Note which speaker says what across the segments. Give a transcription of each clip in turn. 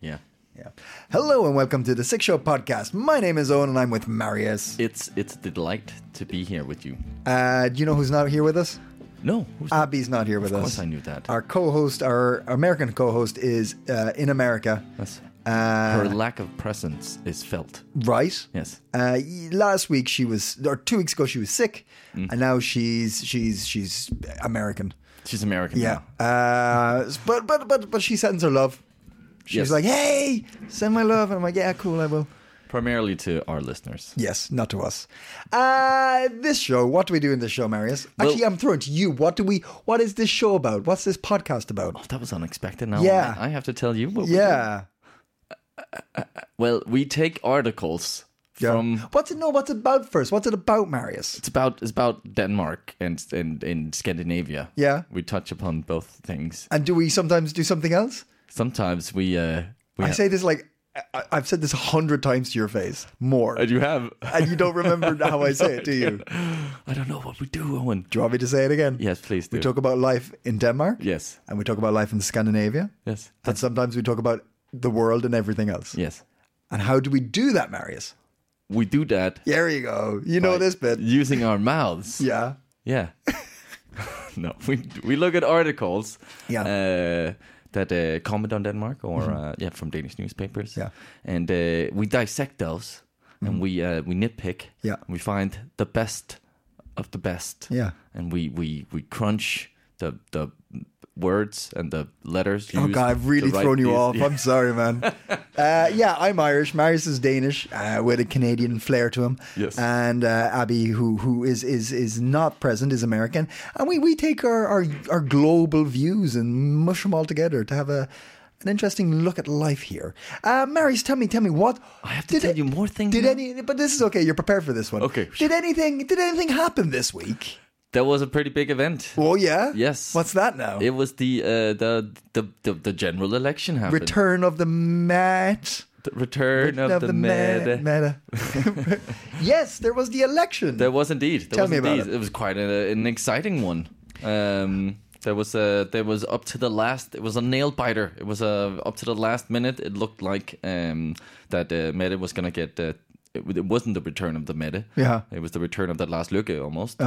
Speaker 1: Yeah.
Speaker 2: Yeah. Hello and welcome to the Six Show podcast. My name is Owen and I'm with Marius.
Speaker 1: It's it's the delight to be here with you.
Speaker 2: Uh, do you know who's not here with us?
Speaker 1: No, who's
Speaker 2: Abby's not here with
Speaker 1: Of
Speaker 2: us.
Speaker 1: course I knew that.
Speaker 2: Our co-host, our American co-host, is uh, in America.
Speaker 1: that's-
Speaker 2: Uh,
Speaker 1: her lack of presence is felt.
Speaker 2: right.
Speaker 1: Yes.
Speaker 2: Uh, y- last week she was, or two weeks ago she was sick,
Speaker 1: Mm.
Speaker 2: and now she's she's she's American.
Speaker 1: She's American.
Speaker 2: Yeah.
Speaker 1: now.
Speaker 2: Uh, s- but but but but she sends her love. She's
Speaker 1: Yes.
Speaker 2: like, hey, send my love, and I'm like, yeah, cool, I will.
Speaker 1: Primarily to our listeners.
Speaker 2: Yes, not to us. Uh, this show. What do we do in this show, Marius? Actually, I'm throwing to you. What do we? What is this show about? What's this podcast about?
Speaker 1: That was unexpected. Now
Speaker 2: Yeah.
Speaker 1: I, I have to tell you. What Oh, we do.
Speaker 2: Yeah.
Speaker 1: Well, we take articles
Speaker 2: Yeah.
Speaker 1: from.
Speaker 2: what's it? No, what's it about first? What's it about, Marius?
Speaker 1: It's about it's about Denmark and and in Scandinavia.
Speaker 2: Yeah.
Speaker 1: We touch upon both things.
Speaker 2: And do we sometimes do something else?
Speaker 1: Sometimes we. Uh, we
Speaker 2: I say this like I, I've said this a hundred times to your face, more,
Speaker 1: And you have.
Speaker 2: and you don't remember how I say it, do you? Do
Speaker 1: I don't know what we do, Owen.
Speaker 2: you want me to say it again?
Speaker 1: Yes, please do.
Speaker 2: We talk about life in Denmark.
Speaker 1: Yes.
Speaker 2: And we talk about life in Scandinavia.
Speaker 1: Yes.
Speaker 2: And sometimes we talk about the world and everything else.
Speaker 1: Yes.
Speaker 2: And how do we do that, Marius?
Speaker 1: We do that
Speaker 2: There you go. You know
Speaker 1: by
Speaker 2: this bit.
Speaker 1: using our mouths.
Speaker 2: Yeah.
Speaker 1: Yeah. no, we we look at articles.
Speaker 2: Yeah.
Speaker 1: Uh, that uh, comment on Denmark or uh, yeah from Danish newspapers.
Speaker 2: Mm-hmm. Yeah. Mm-hmm.
Speaker 1: And uh, we dissect those and we uh, we nitpick.
Speaker 2: Yeah.
Speaker 1: We find the best of the best.
Speaker 2: Yeah.
Speaker 1: And we we we crunch the the words and the letters.
Speaker 2: Oh
Speaker 1: used
Speaker 2: god, I've
Speaker 1: to
Speaker 2: really
Speaker 1: write
Speaker 2: thrown you
Speaker 1: these-
Speaker 2: off.
Speaker 1: Yeah.
Speaker 2: I'm sorry, man. uh, yeah, I'm Irish. Marius is Danish uh, with a Canadian flair to him.
Speaker 1: Yes.
Speaker 2: And uh, Abby, who who is is is not present, is American, and we we take our our, our global views and mush them all together to have a. An interesting look at life here, uh, Marius. Tell me, tell me what
Speaker 1: I have to tell you more things
Speaker 2: Did
Speaker 1: now.
Speaker 2: any? But this is okay. You're prepared for this one.
Speaker 1: Okay.
Speaker 2: Did anything? Did anything happen this week?
Speaker 1: That was a pretty big event.
Speaker 2: Oh yeah.
Speaker 1: Yes.
Speaker 2: What's that now?
Speaker 1: It was the uh, the, the the the general election happened.
Speaker 2: Return of the Met.
Speaker 1: The return of, the,
Speaker 2: Met-
Speaker 1: med.
Speaker 2: Meta. yes, there was the election.
Speaker 1: There was indeed. There
Speaker 2: Tell
Speaker 1: was
Speaker 2: me about
Speaker 1: indeed.
Speaker 2: it.
Speaker 1: was quite a, an exciting one. Um, there was a there was up to the last. It was a nail biter. It was a up to the last minute. It looked like um, that uh, Mette was gonna get. Uh, it, w- it wasn't the return of the Mette.
Speaker 2: Yeah.
Speaker 1: It was the return of that last Lykke almost.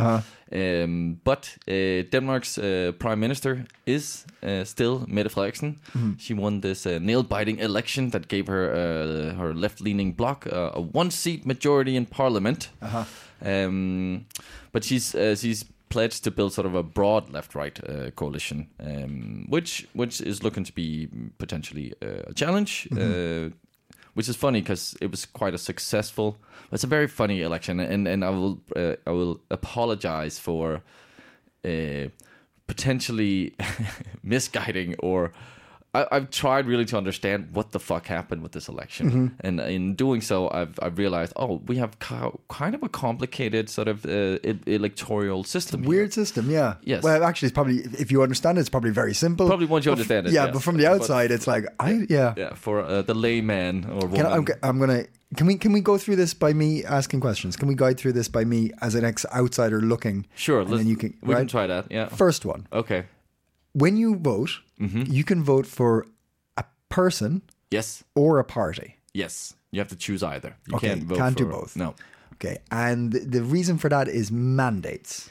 Speaker 1: Um, but uh, Denmark's uh, prime minister is uh, still Mette Frederiksen. She won this uh, nail-biting election that gave her uh, her left-leaning bloc uh, a one-seat majority in parliament. Um, but she's uh, she's pledged to build sort of a broad left-right uh, coalition, um, which which is looking to be potentially uh, a challenge. Uh, which is funny because it was quite a successful. It's a very funny election, and and I will uh, I will apologize for uh, potentially misguiding or. I, I've tried really to understand what the fuck happened with this election,
Speaker 2: Mm-hmm.
Speaker 1: and in doing so, I've I've realized oh we have ki- kind of a complicated sort of uh, e- electoral system. here.
Speaker 2: Weird system, yeah.
Speaker 1: Yes.
Speaker 2: Well, actually, it's probably if you understand it, it's probably very simple.
Speaker 1: Probably once you
Speaker 2: But f-
Speaker 1: understand it,
Speaker 2: yeah.
Speaker 1: yes.
Speaker 2: But from the
Speaker 1: But-
Speaker 2: outside, it's like I yeah.
Speaker 1: yeah, for uh, the layman or woman.
Speaker 2: Can I, I'm, g- I'm gonna can we can we go through this by me asking questions? Can we guide through this by me as an ex outsider looking?
Speaker 1: sure,
Speaker 2: And
Speaker 1: let's-
Speaker 2: then you can
Speaker 1: we can
Speaker 2: right?
Speaker 1: try that. Yeah.
Speaker 2: First one.
Speaker 1: okay.
Speaker 2: When you vote,
Speaker 1: Mm-hmm.
Speaker 2: you can vote for a person
Speaker 1: Yes.
Speaker 2: or a party.
Speaker 1: Yes, you have to choose either. You
Speaker 2: Okay,
Speaker 1: can't vote
Speaker 2: can't do
Speaker 1: for-
Speaker 2: both.
Speaker 1: No.
Speaker 2: Okay, and the- the reason for that is mandates.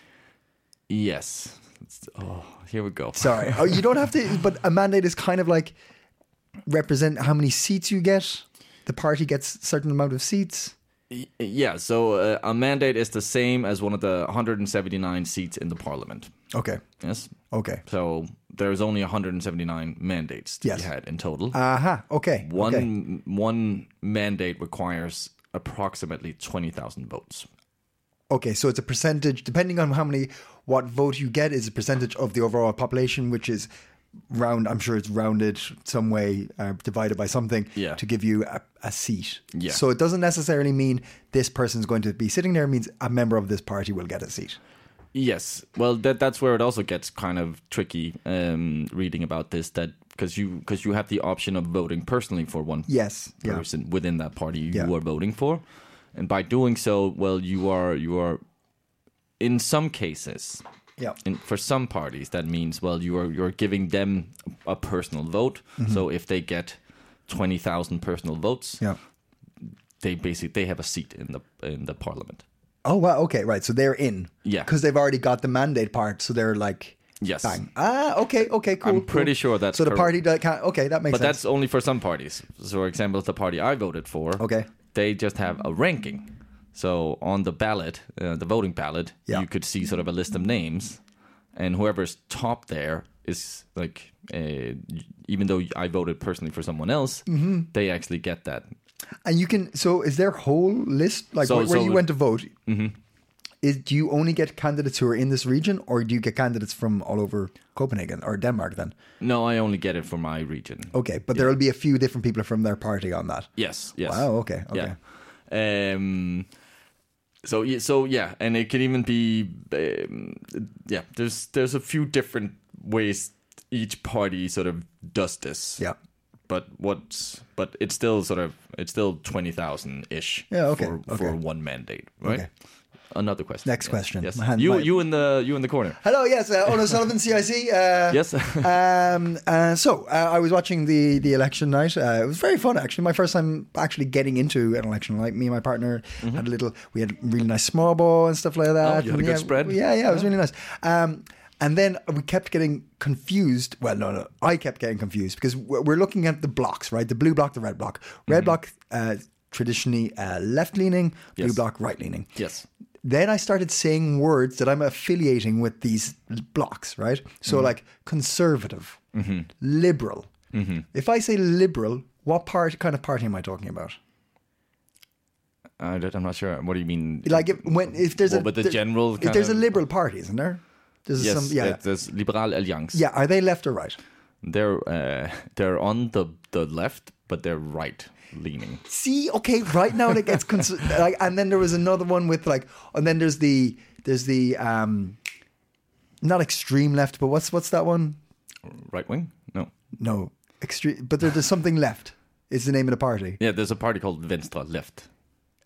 Speaker 1: Yes. It's- oh, here we go.
Speaker 2: Sorry. Oh, you don't have to, but a mandate is kind of like represent how many seats you get. The party gets a certain amount of seats.
Speaker 1: Y- yeah. So uh, a mandate is the same as one of the 179 seats in the parliament.
Speaker 2: Okay.
Speaker 1: Yes.
Speaker 2: Okay.
Speaker 1: So there's only 179 mandates to
Speaker 2: Yes.
Speaker 1: be had in total.
Speaker 2: Aha. Okay.
Speaker 1: one
Speaker 2: Okay.
Speaker 1: one mandate requires approximately 20,000 votes.
Speaker 2: okay. So it's a percentage, depending on how many, what vote you get, is a percentage of the overall population, which is round. I'm sure it's rounded some way, uh, divided by something
Speaker 1: Yeah.
Speaker 2: to give you a, a seat.
Speaker 1: Yeah.
Speaker 2: So it doesn't necessarily mean this person's going to be sitting there. It means a member of this party will get a seat.
Speaker 1: Yes. Well, that that's where it also gets kind of tricky um, reading about this. That because you because you have the option of voting personally for one
Speaker 2: Yes. Yeah.
Speaker 1: person within that party you
Speaker 2: Yeah.
Speaker 1: are voting for, and by doing so, well, you are you are in some cases
Speaker 2: Yeah.
Speaker 1: in, for some parties that means well you are you're giving them a personal vote. So if they get twenty thousand personal votes,
Speaker 2: Mm-hmm. Yeah.
Speaker 1: they basically they have a seat in the in the parliament.
Speaker 2: Oh wow. Okay. Right. So they're in.
Speaker 1: Yeah.
Speaker 2: Because they've already got the mandate part, so they're like.
Speaker 1: Yes.
Speaker 2: Bang. Ah. Okay. Okay. Cool.
Speaker 1: I'm
Speaker 2: cool.
Speaker 1: pretty sure that's
Speaker 2: So the
Speaker 1: correct.
Speaker 2: party that can't. Okay, that makes
Speaker 1: But
Speaker 2: sense.
Speaker 1: that's only for some parties. So, for example, the party I voted for,
Speaker 2: Okay.
Speaker 1: they just have a ranking. So on the ballot, uh, the voting ballot,
Speaker 2: Yeah.
Speaker 1: you could see sort of a list of names, and whoever's top there is like, uh, even though I voted personally for someone else,
Speaker 2: Mm-hmm.
Speaker 1: they actually get that.
Speaker 2: and you can. So is their whole list like
Speaker 1: So-
Speaker 2: where, where
Speaker 1: so- Mm-hmm.
Speaker 2: you went to vote? Is do you only get candidates who are in this region, or do you get candidates from all over Copenhagen or Denmark? Then
Speaker 1: No, I only get it for my region.
Speaker 2: okay, but there will be a few different people from their party on that.
Speaker 1: Yes. Yes.
Speaker 2: Wow. Okay. Okay.
Speaker 1: Yeah. Um, so yeah, so yeah, and it can even be um, yeah. There's there's a few different ways each party sort of does this.
Speaker 2: Yeah.
Speaker 1: But what's but it's still sort of it's still twenty thousand ish.
Speaker 2: Yeah, okay,
Speaker 1: For, for
Speaker 2: okay.
Speaker 1: one mandate, right?
Speaker 2: Okay.
Speaker 1: Another question.
Speaker 2: Next
Speaker 1: Yes,
Speaker 2: question.
Speaker 1: Yes.
Speaker 2: My hand-
Speaker 1: you
Speaker 2: my-
Speaker 1: you in the you in the corner.
Speaker 2: Hello. Yes. Uh, Ono Sullivan, CIC. Uh,
Speaker 1: Yes.
Speaker 2: um, uh, so uh, I was watching the the election night. Uh, it was very fun, actually. My first time actually getting into an election. Like me and my partner had a little. We had really nice small ball and stuff like that.
Speaker 1: Mm-hmm. Oh, you had a
Speaker 2: And
Speaker 1: good
Speaker 2: yeah,
Speaker 1: spread.
Speaker 2: Yeah, yeah, it was really nice. Um, and then we kept getting confused. Well, no, no, I kept getting confused because we're we're looking at the blocks, right? The blue block, the red block. Red
Speaker 1: Mm-hmm.
Speaker 2: block, uh, traditionally uh, left leaning. Blue
Speaker 1: Yes.
Speaker 2: block, right leaning
Speaker 1: yes.
Speaker 2: then I started saying words that I'm affiliating with these blocks, right? So,
Speaker 1: Mm-hmm.
Speaker 2: like conservative, liberal.
Speaker 1: Mm-hmm.
Speaker 2: If I say liberal, what part, kind of party am I talking about?
Speaker 1: I don't, I'm not sure. What do you mean?
Speaker 2: Like, if, when if there's
Speaker 1: Well,
Speaker 2: a
Speaker 1: but the
Speaker 2: there-
Speaker 1: general
Speaker 2: if
Speaker 1: kind
Speaker 2: there's a
Speaker 1: of-
Speaker 2: liberal party, isn't there? There's
Speaker 1: yes.
Speaker 2: some, yeah, yeah.
Speaker 1: that- There's Liberal Alliance.
Speaker 2: yeah. Are they left or right?
Speaker 1: They're uh, they're on the the left, but they're right leaning.
Speaker 2: See, okay, right now it gets cons- like, and then there was another one with like, and then there's the there's the um, not extreme left, but what's what's that one?
Speaker 1: Right wing? No.
Speaker 2: No, extreme. But there, there's something left. Is the name of the party?
Speaker 1: Yeah, there's a party called Venstre Left.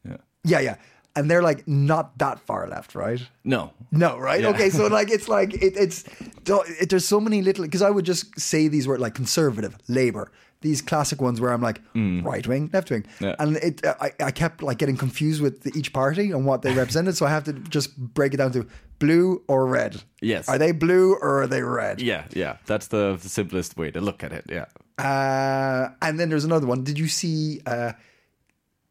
Speaker 1: Yeah.
Speaker 2: Yeah, yeah. And they're like not that far left, right?
Speaker 1: No.
Speaker 2: No, right?
Speaker 1: Yeah.
Speaker 2: Okay, so like it's like it, it's do- it, there's so many little because I would just say these words like conservative, labor, these classic ones where I'm like right wing, left wing,
Speaker 1: Hmm. Yeah.
Speaker 2: and it I, I kept like getting confused with the, each party and what they represented, so I have to just break it down to blue or red.
Speaker 1: Yes.
Speaker 2: are they blue or are they red?
Speaker 1: Yeah, yeah. That's the simplest way to look at it. Yeah.
Speaker 2: Uh, and then there's another one. Did you see uh,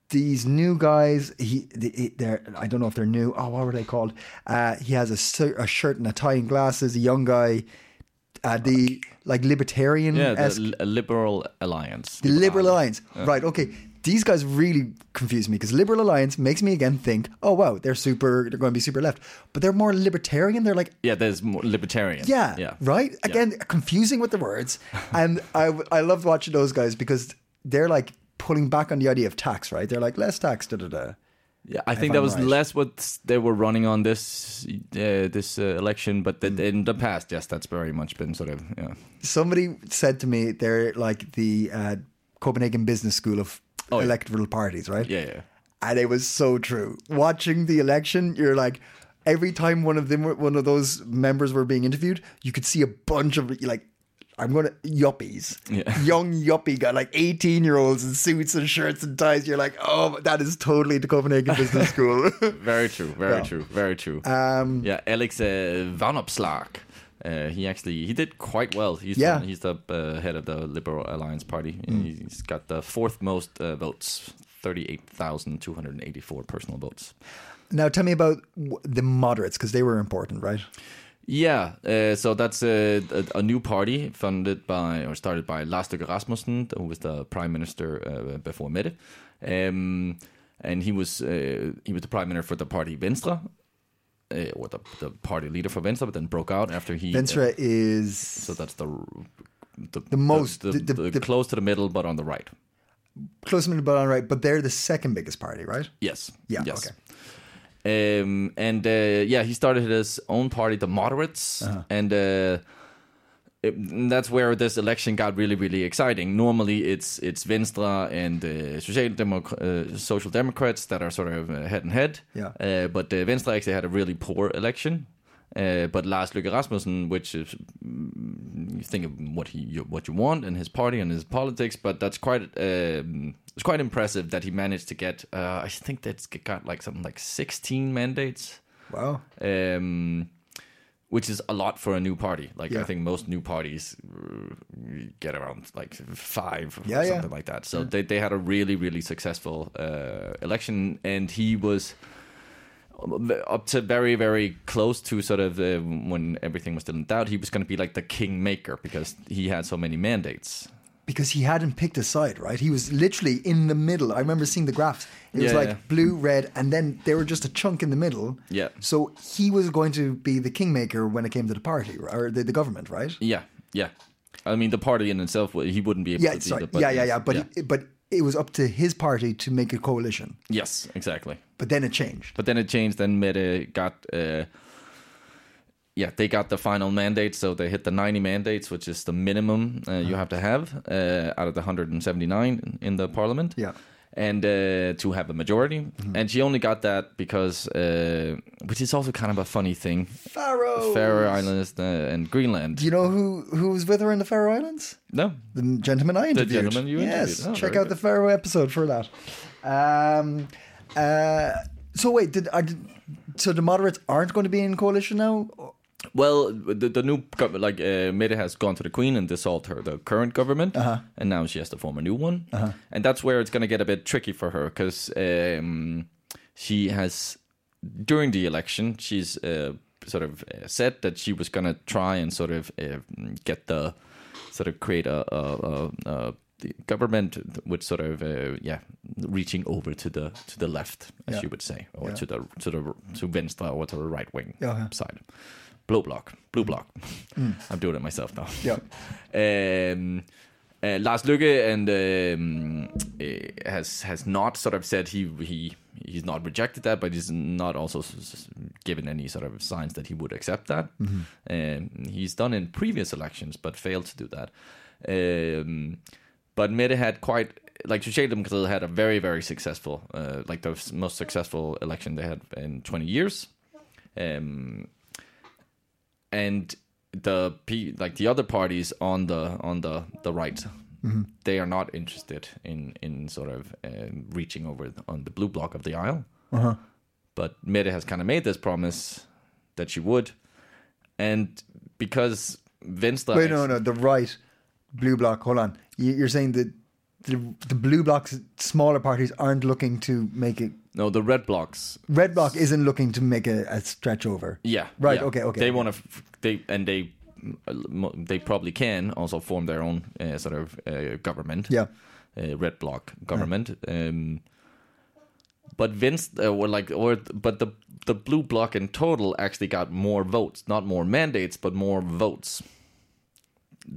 Speaker 2: these new guys? He, the- he- they're I don't know if they're new. Oh, what were they called? Uh, he has a, sur- a shirt and a tie and glasses. A young guy, uh, the like libertarian,
Speaker 1: Yeah,
Speaker 2: esque
Speaker 1: the Li- Liberal Alliance.
Speaker 2: the Liberal Alliance. Right. Okay. These guys really confuse me because Liberal Alliance makes me again think, oh wow, they're super, they're going to be super left, but they're more libertarian. They're like
Speaker 1: Yeah, there's more libertarian.
Speaker 2: yeah.
Speaker 1: Yeah.
Speaker 2: Right? Again, confusing with the words. And I, I loved watching those guys because they're like pulling back on the idea of tax, right? They're like, less tax, da da da.
Speaker 1: Yeah, I think
Speaker 2: I'm
Speaker 1: that was
Speaker 2: right.
Speaker 1: less what they were running on this uh, this uh, election, but
Speaker 2: Mm.
Speaker 1: that in the past, yes, that's very much been sort of yeah.
Speaker 2: Somebody said to me they're like the uh, Copenhagen Business School of
Speaker 1: Oh, yeah.
Speaker 2: electoral parties, right?
Speaker 1: Yeah, yeah.
Speaker 2: And it was so true. Watching the election, you're like, every time one of them, were- one of those members were being interviewed, you could see a bunch of like, I'm gonna yuppies,
Speaker 1: Yeah.
Speaker 2: young yuppie guy, like 18 year olds in suits and shirts and ties. You're like, oh, that is totally the Copenhagen Business School.
Speaker 1: Very true. Very true. Very true.
Speaker 2: Um,
Speaker 1: yeah, Alex uh, Van Opslark. Uh, he actually he did quite well. He's
Speaker 2: Yeah. Mm.
Speaker 1: the, he's the uh, head of the Liberal Alliance Party. and He's got the fourth most uh, votes, thirty-eight thousand two hundred eighty-four personal votes.
Speaker 2: now tell me about w- the moderates because they were important, right?
Speaker 1: Yeah, uh, so that's a, a, a new party funded by or started by Lars Løkke Rasmussen, who was the prime minister uh, before Mette, um, and he was uh, he was the prime minister for the party Venstre, uh, or the, the party leader for Venstre, but then broke out after he. uh,
Speaker 2: Venstre is
Speaker 1: so that's the the,
Speaker 2: most-
Speaker 1: the, the,
Speaker 2: the- the- the-
Speaker 1: close to the middle, but on the right.
Speaker 2: close to the bottom right, but they're the second biggest party, right?
Speaker 1: Yes.
Speaker 2: Yeah,
Speaker 1: Yes.
Speaker 2: okay.
Speaker 1: Um, and uh, yeah, he started his own party, the Moderates,
Speaker 2: Uh-huh.
Speaker 1: and uh, it- and that's where this election got really, really exciting. Normally, it's it's Venstre and uh, Socialdemok- uh, Social Democrats that are sort of uh, head and head.
Speaker 2: Yeah.
Speaker 1: Uh, but uh, Venstre actually had a really poor election. Uh, but Lars Løkke Rasmussen, which is mm, you think of what he you, what you want and his party and his politics, but that's quite um, it's quite impressive that he managed to get. Uh, I think that's got like something like sixteen mandates,
Speaker 2: Wow.
Speaker 1: um, which is a lot for a new party. Like I
Speaker 2: Yeah.
Speaker 1: think most new parties uh, get around like five
Speaker 2: Yeah,
Speaker 1: or
Speaker 2: yeah.
Speaker 1: something like that. So they they had a really really successful uh, election, and he was um, up to very very close to sort of uh, when everything was still in doubt he was going to be like the kingmaker because he had so many mandates
Speaker 2: Because he hadn't picked a side, right? He was literally in the middle. I remember seeing the graphs. It was
Speaker 1: Yeah,
Speaker 2: like
Speaker 1: yeah.
Speaker 2: blue, red, and then they were just a chunk in the middle.
Speaker 1: Yeah.
Speaker 2: So he was going to be the kingmaker when it came to the party or the, the government, right?
Speaker 1: yeah yeah i mean the party in itself he wouldn't be able
Speaker 2: Yeah,
Speaker 1: to
Speaker 2: sorry.
Speaker 1: do that,
Speaker 2: yeah, yeah, yeah. But It, but it was up to his party to make a coalition.
Speaker 1: yes exactly
Speaker 2: But then it changed.
Speaker 1: but then it changed then meta got uh, yeah they got the final mandate so they hit the 90 mandates which is the minimum uh, you have to have uh, out of the 179 in the parliament
Speaker 2: Yeah.
Speaker 1: and uh, to have a majority and she only got that because uh, which is also kind of a funny thing
Speaker 2: Pharaoh.
Speaker 1: Faroe Islands uh, and Greenland.
Speaker 2: Do you know who who was with her in the Faroe Islands?
Speaker 1: no,
Speaker 2: The gentleman I interviewed.
Speaker 1: gentleman you
Speaker 2: yes,
Speaker 1: interviewed. Oh,
Speaker 2: check
Speaker 1: very
Speaker 2: out the Pharaoh episode for that. Um, uh, so wait, did, are, did so the moderates aren't going to be in coalition now?
Speaker 1: well, the, the new gov- like uh, Mette has gone to the Queen and dissolved her the current government,
Speaker 2: Uh-huh.
Speaker 1: and now she has to form a new one, and that's where it's going to get a bit tricky for her because um, she has during the election she's uh, sort of uh, said that she was going to try and sort of uh, get the sort of create a, a, a, a the government which sort of uh, yeah reaching over to the to the left as
Speaker 2: Yeah.
Speaker 1: you would say or
Speaker 2: Yeah.
Speaker 1: to the to the to venstre or to the right wing
Speaker 2: Yeah, yeah.
Speaker 1: side blue block blue block i'm doing it myself now
Speaker 2: Yeah.
Speaker 1: um, uh, Lars Lykke and um, uh, has has not sort of said he he he's not rejected that, but he's not also s- s- given any sort of signs that he would accept that. Um, he's done in previous elections, but failed to do that. Um, but Mette had quite like Socialdemokratiet had a very very successful uh, like the s- most successful election they had in 20 years. Um, and the p like the other parties on the on the the right
Speaker 2: Mm-hmm.
Speaker 1: they are not interested in in sort of um, reaching over th- on the blue block of the aisle
Speaker 2: Uh-huh.
Speaker 1: but Mette has kind of made this promise that she would and because Venstre
Speaker 2: Wait, no, no, the right blue block. Hold on, You- you're saying that the the blue bloc's smaller parties aren't looking to make it.
Speaker 1: no the red blocks
Speaker 2: Red block isn't looking to make a, a stretch over.
Speaker 1: Yeah.
Speaker 2: Right,
Speaker 1: yeah.
Speaker 2: okay, okay,
Speaker 1: They
Speaker 2: okay.
Speaker 1: want to. F- they and they. mm, They probably can also form their own uh, sort of uh, government.
Speaker 2: Yeah.
Speaker 1: Uh, red bloc government. Um, but Vince uh, were like, or but the the blue bloc in total actually got more votes, not more mandates, but more votes.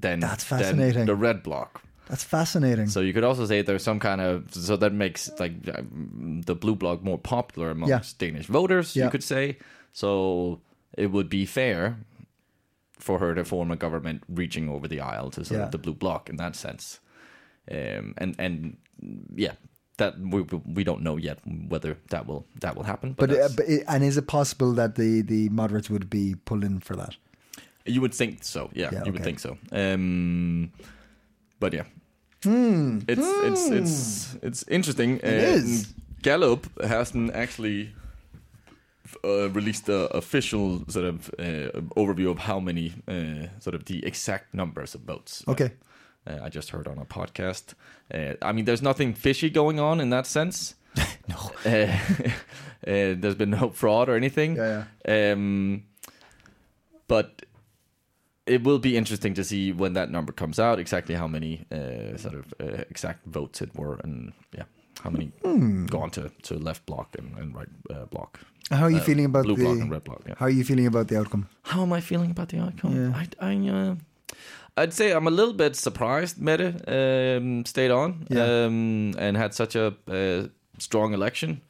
Speaker 1: Than
Speaker 2: That's
Speaker 1: than
Speaker 2: fascinating.
Speaker 1: the red bloc.
Speaker 2: That's fascinating.
Speaker 1: So you could also say there's some kind of so that makes like um, the blue bloc more popular amongst
Speaker 2: Yeah.
Speaker 1: Danish voters. You
Speaker 2: Yeah.
Speaker 1: could say so it would be fair for her to form a government reaching over the aisle to sort
Speaker 2: Yeah.
Speaker 1: of the blue bloc in that sense. Um, and and yeah, that we we don't know yet whether that will that will happen. But,
Speaker 2: but, uh,
Speaker 1: that's-
Speaker 2: but it, and is it possible that the the moderates would be pulled in for that?
Speaker 1: you would think so. Yeah,
Speaker 2: Yeah,
Speaker 1: you would
Speaker 2: okay.
Speaker 1: think so. Um, but yeah,
Speaker 2: Hmm.
Speaker 1: it's it's it's it's interesting. It
Speaker 2: is.
Speaker 1: Gallup hasn't actually uh, released the official sort of uh, overview of how many uh, sort of the exact numbers of votes.
Speaker 2: Okay.
Speaker 1: Uh, I just heard on a podcast. Uh, I mean, there's nothing fishy going on in that sense. no. Uh, uh, there's been no fraud or anything.
Speaker 2: Yeah,
Speaker 1: Um, but it will be interesting to see when that number comes out exactly how many uh, sort of uh, exact votes it were and yeah how many
Speaker 2: Hmm.
Speaker 1: gone to, to left block and, and right uh, block.
Speaker 2: How are you
Speaker 1: Uh,
Speaker 2: feeling about
Speaker 1: blue
Speaker 2: the
Speaker 1: block and red block? Yeah.
Speaker 2: How are you feeling about the outcome?
Speaker 1: How am I feeling about the outcome?
Speaker 2: Yeah.
Speaker 1: I, I, uh, I'd say I'm a little bit surprised Mette um, stayed on
Speaker 2: Yeah.
Speaker 1: um, and had such a uh, strong election.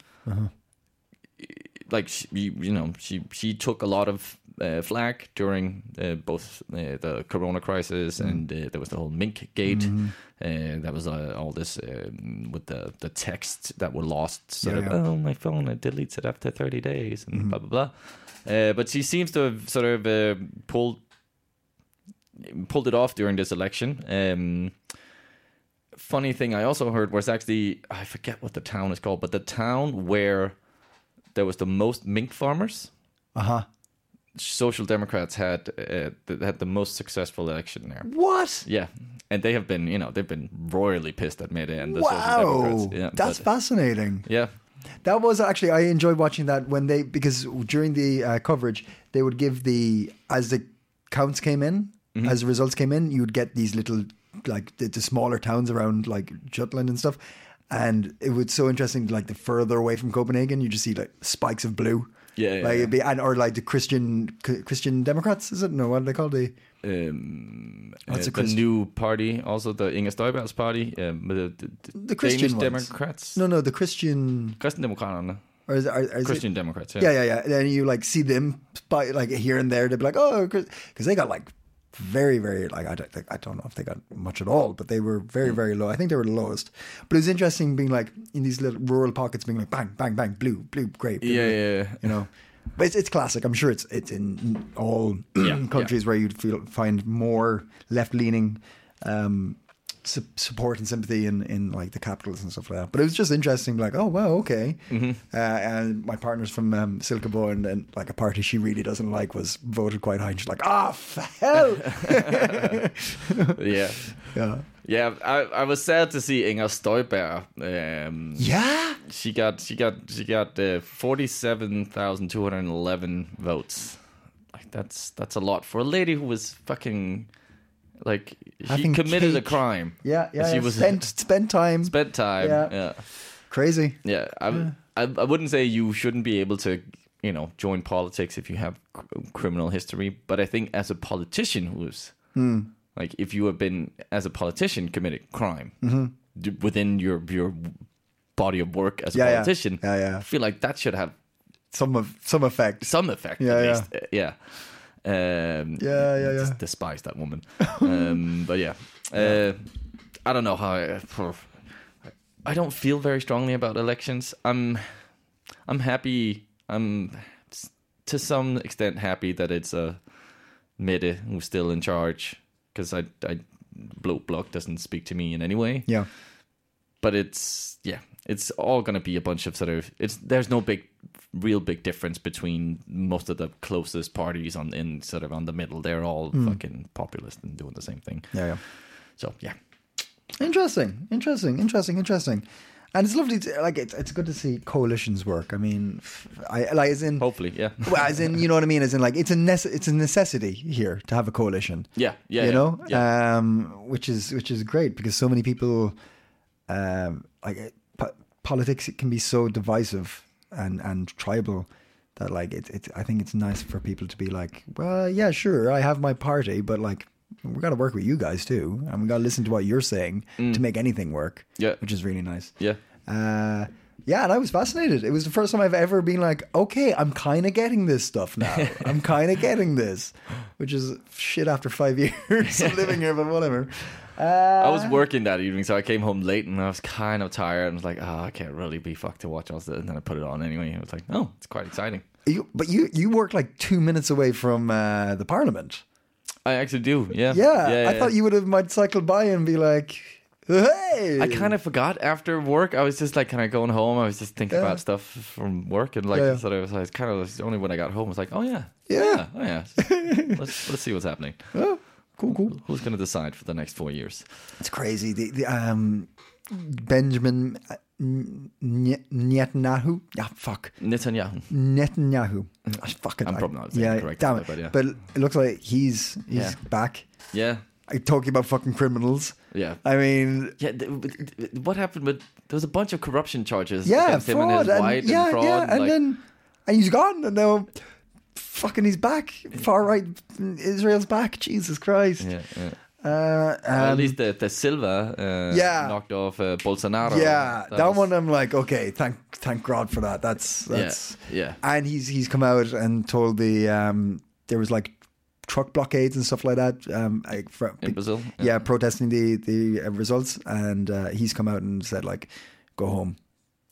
Speaker 1: Like she, you you know, she she took a lot of uh, flack during uh, both uh, the Corona crisis and uh, there was the whole Mink
Speaker 2: Mm-hmm.
Speaker 1: Gate. Uh, that was uh, all this um, with the the texts that were lost. So
Speaker 2: Yeah,
Speaker 1: that,
Speaker 2: yeah. Mm-hmm.
Speaker 1: oh, my phone, it deletes it after thirty days, and blah blah blah. Uh, but she seems to have sort of uh, pulled pulled it off during this election. Um, funny thing I also heard was actually I forget what the town is called, but the town where there was the most mink farmers,
Speaker 2: Uh huh.
Speaker 1: Social Democrats had uh, th- had the most successful election there.
Speaker 2: What?
Speaker 1: Yeah, and they have been you know they've been royally pissed at Mette and the Social
Speaker 2: Wow,
Speaker 1: Democrats. Yeah,
Speaker 2: that's
Speaker 1: but-
Speaker 2: fascinating.
Speaker 1: yeah.
Speaker 2: That was actually I enjoyed watching that when they because during the uh, coverage they would give the as the counts came in
Speaker 1: Mm-hmm.
Speaker 2: as the results came in you would get these little like the, the smaller towns around like Jutland and stuff and it was so interesting like the further away from Copenhagen you just see like spikes of blue
Speaker 1: Yeah, yeah,
Speaker 2: like
Speaker 1: yeah.
Speaker 2: it'd be and or like the Christian Christian Democrats is it no what are they called the
Speaker 1: Um,
Speaker 2: What's
Speaker 1: uh, the
Speaker 2: the Christ-
Speaker 1: new party, also the Inger Støjberg's party, um, the, the,
Speaker 2: The Christian
Speaker 1: Danish
Speaker 2: ones.
Speaker 1: Democrats,
Speaker 2: no no the Christian
Speaker 1: Kristendemokraterne,
Speaker 2: or is, are, are, is it
Speaker 1: Christian Democrats.
Speaker 2: Yeah, yeah, yeah. And then you like see them by like here and there. They'd be like, oh, because they got like very, very like I don't think, I don't know if they got much at all, but they were
Speaker 1: Mm.
Speaker 2: very, very low. I think they were the lowest. But it was interesting being like in these little rural pockets, being like bang, bang, bang, blue, blue, grey. blue,
Speaker 1: Yeah,
Speaker 2: grey,
Speaker 1: yeah, yeah.
Speaker 2: You know, but it's, it's classic. I'm sure it's it's in all
Speaker 1: Yeah,
Speaker 2: countries where you'd feel, find more left leaning. Um, su- support and sympathy in, in like the capitals and stuff like that. But it was just interesting, like, oh wow, okay.
Speaker 1: Mm-hmm.
Speaker 2: Uh, and my partner's from um, Silkeborg, and, and like a party she really doesn't like was voted quite high, and she's like, ah, f- hell.
Speaker 1: yeah.
Speaker 2: yeah.
Speaker 1: Yeah, I, I was sad to see Inger Støjberg. Um,
Speaker 2: yeah,
Speaker 1: She got she got she got uh, forty seven thousand two hundred eleven votes. Like that's that's a lot for a lady who was fucking like
Speaker 2: Having
Speaker 1: she committed
Speaker 2: cake.
Speaker 1: a crime.
Speaker 2: yeah, yeah.
Speaker 1: she
Speaker 2: yeah.
Speaker 1: was
Speaker 2: spent spent time.
Speaker 1: spent time.
Speaker 2: Yeah.
Speaker 1: Yeah, yeah.
Speaker 2: Crazy.
Speaker 1: I, I I wouldn't say you shouldn't be able to you know join politics if you have cr- criminal history, but I think as a politician who's
Speaker 2: Hmm.
Speaker 1: like if you have been as a politician committed crime
Speaker 2: Mm-hmm.
Speaker 1: d- within your your body of work as a
Speaker 2: Yeah, yeah.
Speaker 1: politician,
Speaker 2: Yeah, yeah.
Speaker 1: I feel like that should have
Speaker 2: Some of some effect.
Speaker 1: some effect
Speaker 2: Yeah,
Speaker 1: at
Speaker 2: yeah.
Speaker 1: least. Uh, yeah. Um,
Speaker 2: Yeah, yeah,
Speaker 1: I
Speaker 2: yeah.
Speaker 1: Just despise that woman. um, but yeah, uh, I don't know how. I, I don't feel very strongly about elections. I'm, I'm happy. I'm s- to some extent happy that it's a Mette who's still in charge because I, I, Blue Block doesn't speak to me in any way
Speaker 2: Yeah.
Speaker 1: but it's yeah it's all going to be a bunch of sort of it's there's no big real big difference between most of the closest parties on in sort of on the middle they're all
Speaker 2: Hmm.
Speaker 1: fucking populist and doing the same thing
Speaker 2: Yeah, yeah.
Speaker 1: so yeah
Speaker 2: Interesting, interesting, interesting, interesting. And it's lovely to like it's it's good to see coalitions work. I mean, I like as in
Speaker 1: hopefully yeah
Speaker 2: well, as in, you know what I mean? As in, like, it's a nece- it's a necessity here to have a coalition.
Speaker 1: yeah yeah
Speaker 2: you
Speaker 1: yeah,
Speaker 2: know,
Speaker 1: yeah.
Speaker 2: um, which is which is great because so many people, um, like, it- po- politics it can be so divisive and and tribal that like it, it. I think it's nice for people to be like, well, yeah, sure, I have my party, but like. We got to work with you guys too, and we got to listen to what you're saying to make anything work.
Speaker 1: Mm. Yeah.
Speaker 2: which is really nice.
Speaker 1: Yeah.
Speaker 2: Uh, yeah, and I was fascinated. It was the first time I've ever been like, okay, I'm kind of getting this stuff now. I'm kind of getting this, which is shit after five years of living here, but whatever. Uh,
Speaker 1: I was working that evening, so I came home late and I was kind of tired. I was like, oh, I can't really be fucked to watch all this. And then I put it on anyway. I was like, oh, it's quite exciting.
Speaker 2: you, but you you work like two minutes away from uh, the parliament.
Speaker 1: I actually do. Yeah.
Speaker 2: Yeah,
Speaker 1: yeah
Speaker 2: I thought you would have might cycle by and be like, hey.
Speaker 1: I kind of forgot after work. I was just like kind of going home. I was just thinking
Speaker 2: Yeah.
Speaker 1: about stuff from work and like
Speaker 2: Yeah, yeah.
Speaker 1: sort of. I was kind of it's only when I got home. I was like, oh yeah,
Speaker 2: Yeah.
Speaker 1: oh yeah. let's let's see what's happening.
Speaker 2: Oh, cool, cool.
Speaker 1: Who's gonna decide for the next four years?
Speaker 2: It's crazy. The, the um, Benjamin uh, N- N- Netanyahu. Yeah, fuck.
Speaker 1: Netanyahu.
Speaker 2: Netanyahu. I fucking
Speaker 1: I'm
Speaker 2: I-
Speaker 1: probably not saying it correctly,
Speaker 2: damn it.
Speaker 1: but yeah.
Speaker 2: it looks like he's he's
Speaker 1: Yeah.
Speaker 2: back.
Speaker 1: Yeah,
Speaker 2: I- talking about fucking criminals.
Speaker 1: Yeah.
Speaker 2: I mean,
Speaker 1: Yeah, th- th- th- what happened? But there was a bunch of corruption charges
Speaker 2: yeah,
Speaker 1: against him and
Speaker 2: fraud,
Speaker 1: his
Speaker 2: and,
Speaker 1: wife
Speaker 2: yeah,
Speaker 1: and fraud.
Speaker 2: yeah,
Speaker 1: and,
Speaker 2: and
Speaker 1: like,
Speaker 2: then and he's gone, and now fucking he's back. Far right, Israel's back. Jesus Christ.
Speaker 1: yeah, yeah.
Speaker 2: Uh,
Speaker 1: Well, at
Speaker 2: and
Speaker 1: least the, the Silva uh,
Speaker 2: Yeah.
Speaker 1: knocked off uh, Bolsonaro.
Speaker 2: yeah, that,
Speaker 1: was-
Speaker 2: one I'm like, okay, thank thank God for that. That's that's
Speaker 1: yeah.
Speaker 2: And he's he's come out and told the um there was like truck blockades and stuff like that um like for,
Speaker 1: In Brazil,
Speaker 2: Yeah.
Speaker 1: yeah.
Speaker 2: protesting the the uh, results, and uh, he's come out and said like, go home.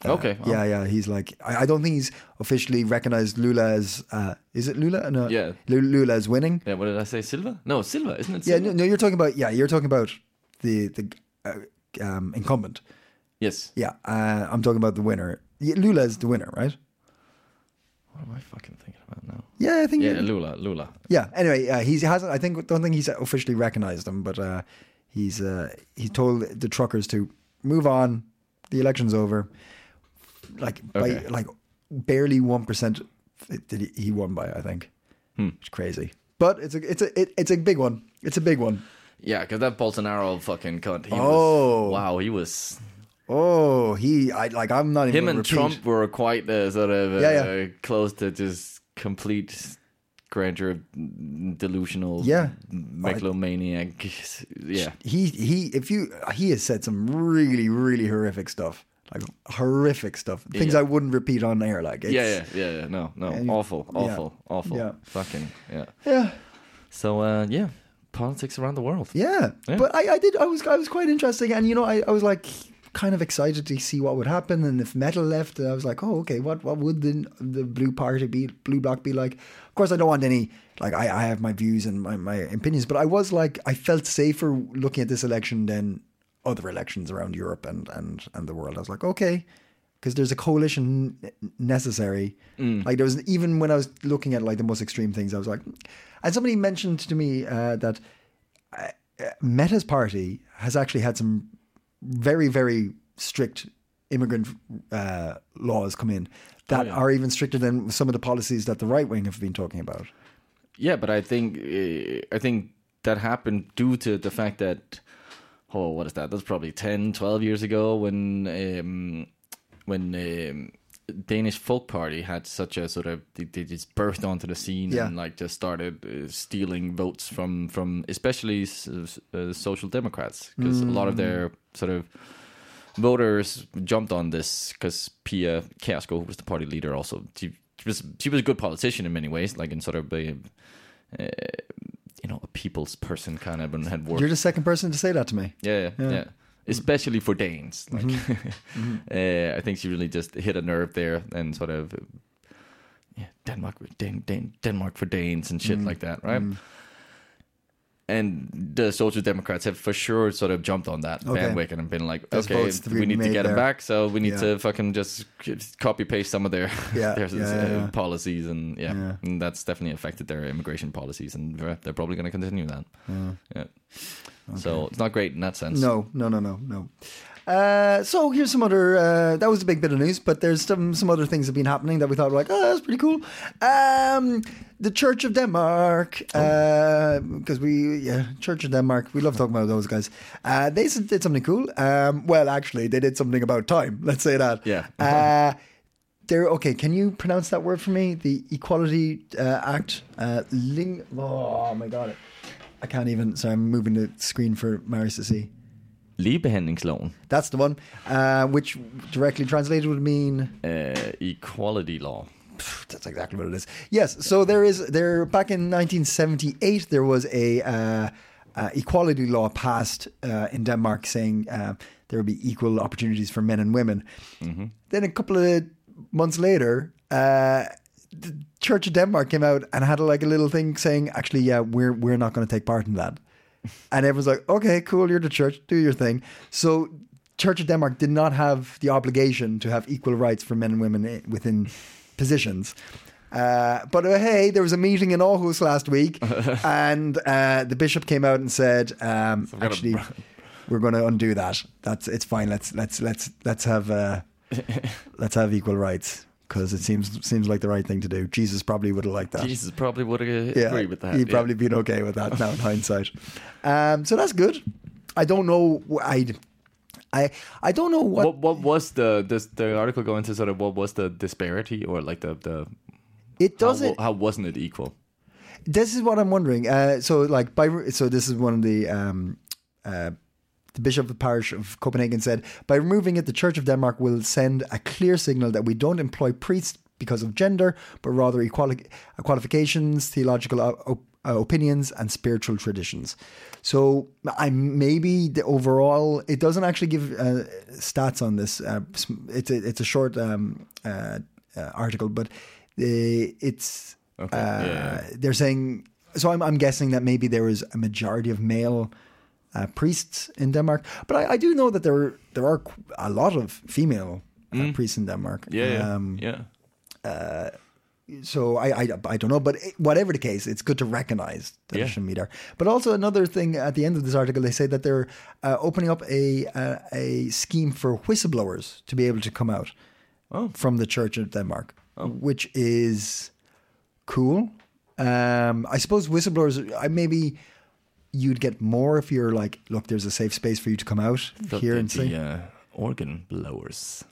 Speaker 2: Uh,
Speaker 1: Okay, wow.
Speaker 2: Yeah, yeah. He's like, I, I don't think he's officially recognized Lula as, uh, is it Lula? No.
Speaker 1: Yeah.
Speaker 2: Lu- Lula as winning.
Speaker 1: Yeah, what did I say? Silva? No, Silva, isn't it?
Speaker 2: Yeah,
Speaker 1: Silva?
Speaker 2: no, no, you're talking about yeah, you're talking about the the uh, um, incumbent.
Speaker 1: Yes.
Speaker 2: Yeah, uh, I'm talking about the winner. Yeah, Lula is the winner, right?
Speaker 1: What am I fucking thinking about now?
Speaker 2: Yeah, I think.
Speaker 1: Yeah,
Speaker 2: you-
Speaker 1: Lula, Lula.
Speaker 2: yeah. Anyway, uh, he hasn't. I think don't think he's officially recognized him, but uh, he's uh, he told the truckers to move on. The election's over. Like
Speaker 1: Okay.
Speaker 2: by like barely one percent did he, he won by. I think
Speaker 1: Hmm.
Speaker 2: it's crazy, but it's a it's a it, it's a big one. It's a big one.
Speaker 1: Yeah, because that Bolsonaro fucking cunt. He
Speaker 2: Oh.
Speaker 1: was, wow, he was.
Speaker 2: Oh, he I like I'm not even
Speaker 1: Him
Speaker 2: gonna
Speaker 1: and
Speaker 2: repeat.
Speaker 1: Trump were quite uh, sort of uh,
Speaker 2: Yeah,
Speaker 1: Uh, close to just complete grandeur, delusional,
Speaker 2: Yeah.
Speaker 1: megalomaniac. Yeah.
Speaker 2: he he if you he has said some really really horrific stuff like horrific stuff things
Speaker 1: Yeah.
Speaker 2: i wouldn't repeat on air like it's,
Speaker 1: yeah, yeah, yeah, yeah. No, no.
Speaker 2: you-
Speaker 1: awful,
Speaker 2: yeah.
Speaker 1: awful, awful.
Speaker 2: Yeah.
Speaker 1: Fucking, yeah.
Speaker 2: yeah
Speaker 1: So, uh, yeah, politics around the world.
Speaker 2: yeah
Speaker 1: Yeah.
Speaker 2: but i i did i was i was quite interesting and you know i, I was like kind of excited to see what would happen and if metal left i was like oh okay what what would the the blue party be blue block be like of course i don't want any like i i have my views and my, my opinions but i was like i felt safer looking at this election than other elections around europe and and and the world i was like okay because there's a coalition n- necessary. Like there was even when I was looking at like the most extreme things, I was like, and somebody mentioned to me uh, that uh, uh, Meta's party has actually had some very very strict immigrant uh, laws come in that are even stricter than some of the policies that the right wing have been talking about.
Speaker 1: Yeah, but I think uh, I think that happened due to the fact that oh, what is that? That's probably 10, 12 years ago when um, when um, Danish folk party had such a sort of they, they just burst onto the scene
Speaker 2: Yeah.
Speaker 1: and like just started uh, stealing votes from from especially s- s- uh, social democrats because a lot of their sort of voters jumped on this because Pia Kjærsgaard, who was the party leader, also she, she was she was a good politician in many ways, like in sort of a uh, you know a people's person kind of and had worked.
Speaker 2: You're the second person to say that to me.
Speaker 1: yeah, yeah, yeah. Especially for Danes, like
Speaker 2: Mm-hmm.
Speaker 1: uh, I think she really just hit a nerve there and sort of uh, yeah, Denmark, Dan, Dan, Denmark for Danes and
Speaker 2: Mm-hmm.
Speaker 1: shit like that, right?
Speaker 2: Mm.
Speaker 1: And the social democrats have for sure sort of jumped on that
Speaker 2: Okay.
Speaker 1: bandwagon and been like,
Speaker 2: There's
Speaker 1: okay,
Speaker 2: votes to be
Speaker 1: we need to
Speaker 2: made
Speaker 1: get them
Speaker 2: there.
Speaker 1: back, so we need
Speaker 2: Yeah.
Speaker 1: to fucking just copy paste some of their
Speaker 2: Yeah,
Speaker 1: their
Speaker 2: yeah,
Speaker 1: uh,
Speaker 2: yeah, yeah.
Speaker 1: policies and yeah,
Speaker 2: Yeah.
Speaker 1: And that's definitely affected their immigration policies, and they're they're probably going to continue that. Yeah. So it's not great in that sense.
Speaker 2: No, no, no, no, no. Uh, so here's some other. Uh, that was a big bit of news, but there's some some other things that have been happening that we thought were like, oh, that's pretty cool. Um, the Church of Denmark, because we yeah, Church of Denmark. We love talking about those guys. Uh, they s- did something cool. Um, well, actually, they did something about time. Let's say that.
Speaker 1: Yeah.
Speaker 2: Uh, they're okay. Can you pronounce that word for me? The Equality uh, Act. Uh, ling. Oh my god. I can't even. Sorry, I'm moving the screen for Marius to see.
Speaker 1: Ligebehandlingsloven,
Speaker 2: That's the one, uh, which directly translated would mean
Speaker 1: uh, equality law.
Speaker 2: that's exactly what it is. Yes, so there is there back in 1978 there was a uh, uh, equality law passed uh, in Denmark saying uh, there would be equal opportunities for men and women. Then a couple of months later, uh, the Church of Denmark came out and had like a little thing saying, actually, yeah, we're we're not going to take part in that. And everyone's like, okay, cool, you're the church, do your thing. So Church of Denmark did not have the obligation to have equal rights for men and women i- within positions. Uh, but uh, hey, there was a meeting in Aarhus last week, and uh, the bishop came out and said, um,
Speaker 1: I've got a
Speaker 2: actually,
Speaker 1: br-
Speaker 2: we're going to undo that. That's it's fine. Let's let's let's let's have uh, let's have equal rights. because it seems seems like the right thing to do. Jesus probably would have liked that.
Speaker 1: Jesus probably would have
Speaker 2: Ah. yeah,
Speaker 1: agreed with that.
Speaker 2: He'd
Speaker 1: yeah.
Speaker 2: probably been okay with that now in hindsight. Um, so that's good. I don't know. I I I don't know what.
Speaker 1: What what was the does the article go into sort of what was the disparity or like the the
Speaker 2: it does
Speaker 1: how,
Speaker 2: it.
Speaker 1: how wasn't it equal?
Speaker 2: This is what I'm wondering. Uh, so like by re- so this is one of the um, uh, the bishop of the parish of Copenhagen said by removing it, the Church of Denmark will send a clear signal that we don't employ priests because of gender, but rather equali- uh, qualifications, theological o- o- uh, opinions, and spiritual traditions. So I maybe the overall it doesn't actually give uh, stats on this. Uh, it's a, it's a short um, uh, uh, article, but the, it's
Speaker 1: Okay,
Speaker 2: uh,
Speaker 1: yeah, yeah.
Speaker 2: they're saying so I'm, I'm guessing that maybe there was a majority of male uh, priests in Denmark but I, I do know that there were, there are qu- a lot of female uh, priests in Denmark
Speaker 1: Hmm. Yeah, yeah,
Speaker 2: Um,
Speaker 1: yeah.
Speaker 2: so I, I I don't know but it- whatever the case it's good to recognize that
Speaker 1: Yeah.
Speaker 2: it shouldn't be there but also another thing at the end of this article they say that they're uh, opening up a uh, a scheme for whistleblowers to be able to come out from the Church of Denmark which is cool. Um, I suppose whistleblowers, I maybe you'd get more if you're like, look, there's a safe space for you to come out
Speaker 1: Thought
Speaker 2: here
Speaker 1: they'd
Speaker 2: and say,
Speaker 1: be, uh, organ blowers.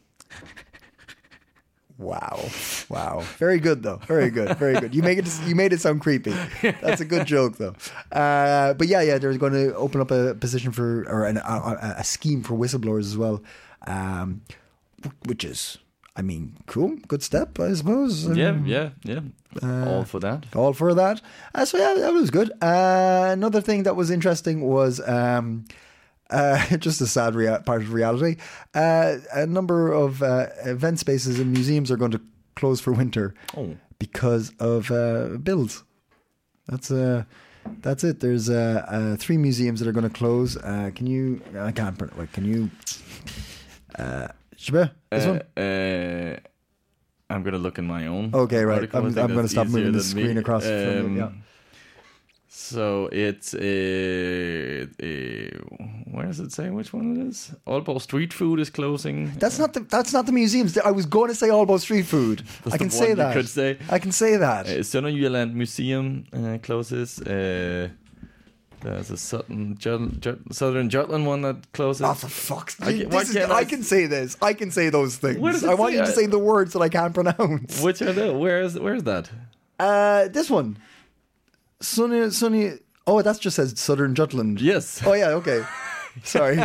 Speaker 2: wow, wow, very good though, very good, very good. You make it, you made it sound creepy. That's a good joke though. Uh, but yeah, yeah, they're going to open up a position for or an, a- a, a scheme for whistleblowers as well, um, which is, I mean, cool, good step, I suppose.
Speaker 1: Yeah, yeah, yeah.
Speaker 2: Uh,
Speaker 1: All for that.
Speaker 2: all for that. Uh, so yeah, that was good. Uh, another thing that was interesting was um, uh, just a sad rea- part of reality. Uh, a number of uh, event spaces and museums are going to close for winter
Speaker 1: Oh.
Speaker 2: because of uh, bills. That's uh, that's it. There's uh, uh, three museums that are going to close. Uh, can you? I can't. print- Wait, can you? Uh, Shabir, this one.
Speaker 1: Uh, uh, I'm gonna look in my own.
Speaker 2: Okay, right.
Speaker 1: article. I
Speaker 2: I'm-
Speaker 1: think
Speaker 2: I'm gonna
Speaker 1: that's
Speaker 2: stop moving
Speaker 1: easier
Speaker 2: the
Speaker 1: than me. Um,
Speaker 2: screen across from you, yeah.
Speaker 1: So it's uh, uh, where does it say which one it is? Aalborg Street Food is closing.
Speaker 2: That's not the that's not the museums. I was going to say all about street food. I can
Speaker 1: the
Speaker 2: say
Speaker 1: one you
Speaker 2: that.
Speaker 1: could say.
Speaker 2: I can say that.
Speaker 1: Uh, Sønderjylland Museum uh, closes. Uh, there's a southern, Jut- Jut- southern Jutland one that closes.
Speaker 2: Oh, for fuck's
Speaker 1: I
Speaker 2: sake.
Speaker 1: ca- why
Speaker 2: This is-
Speaker 1: can't
Speaker 2: I,
Speaker 1: I-
Speaker 2: can say this. I can say those things.
Speaker 1: What does it
Speaker 2: I want
Speaker 1: say?
Speaker 2: you to
Speaker 1: I-
Speaker 2: say the words that I can't pronounce.
Speaker 1: Which are the? Where is where is that?
Speaker 2: Uh, this one. Sunny Sunny Oh, that just says Southern Jutland.
Speaker 1: Yes.
Speaker 2: Oh yeah, okay. Sorry.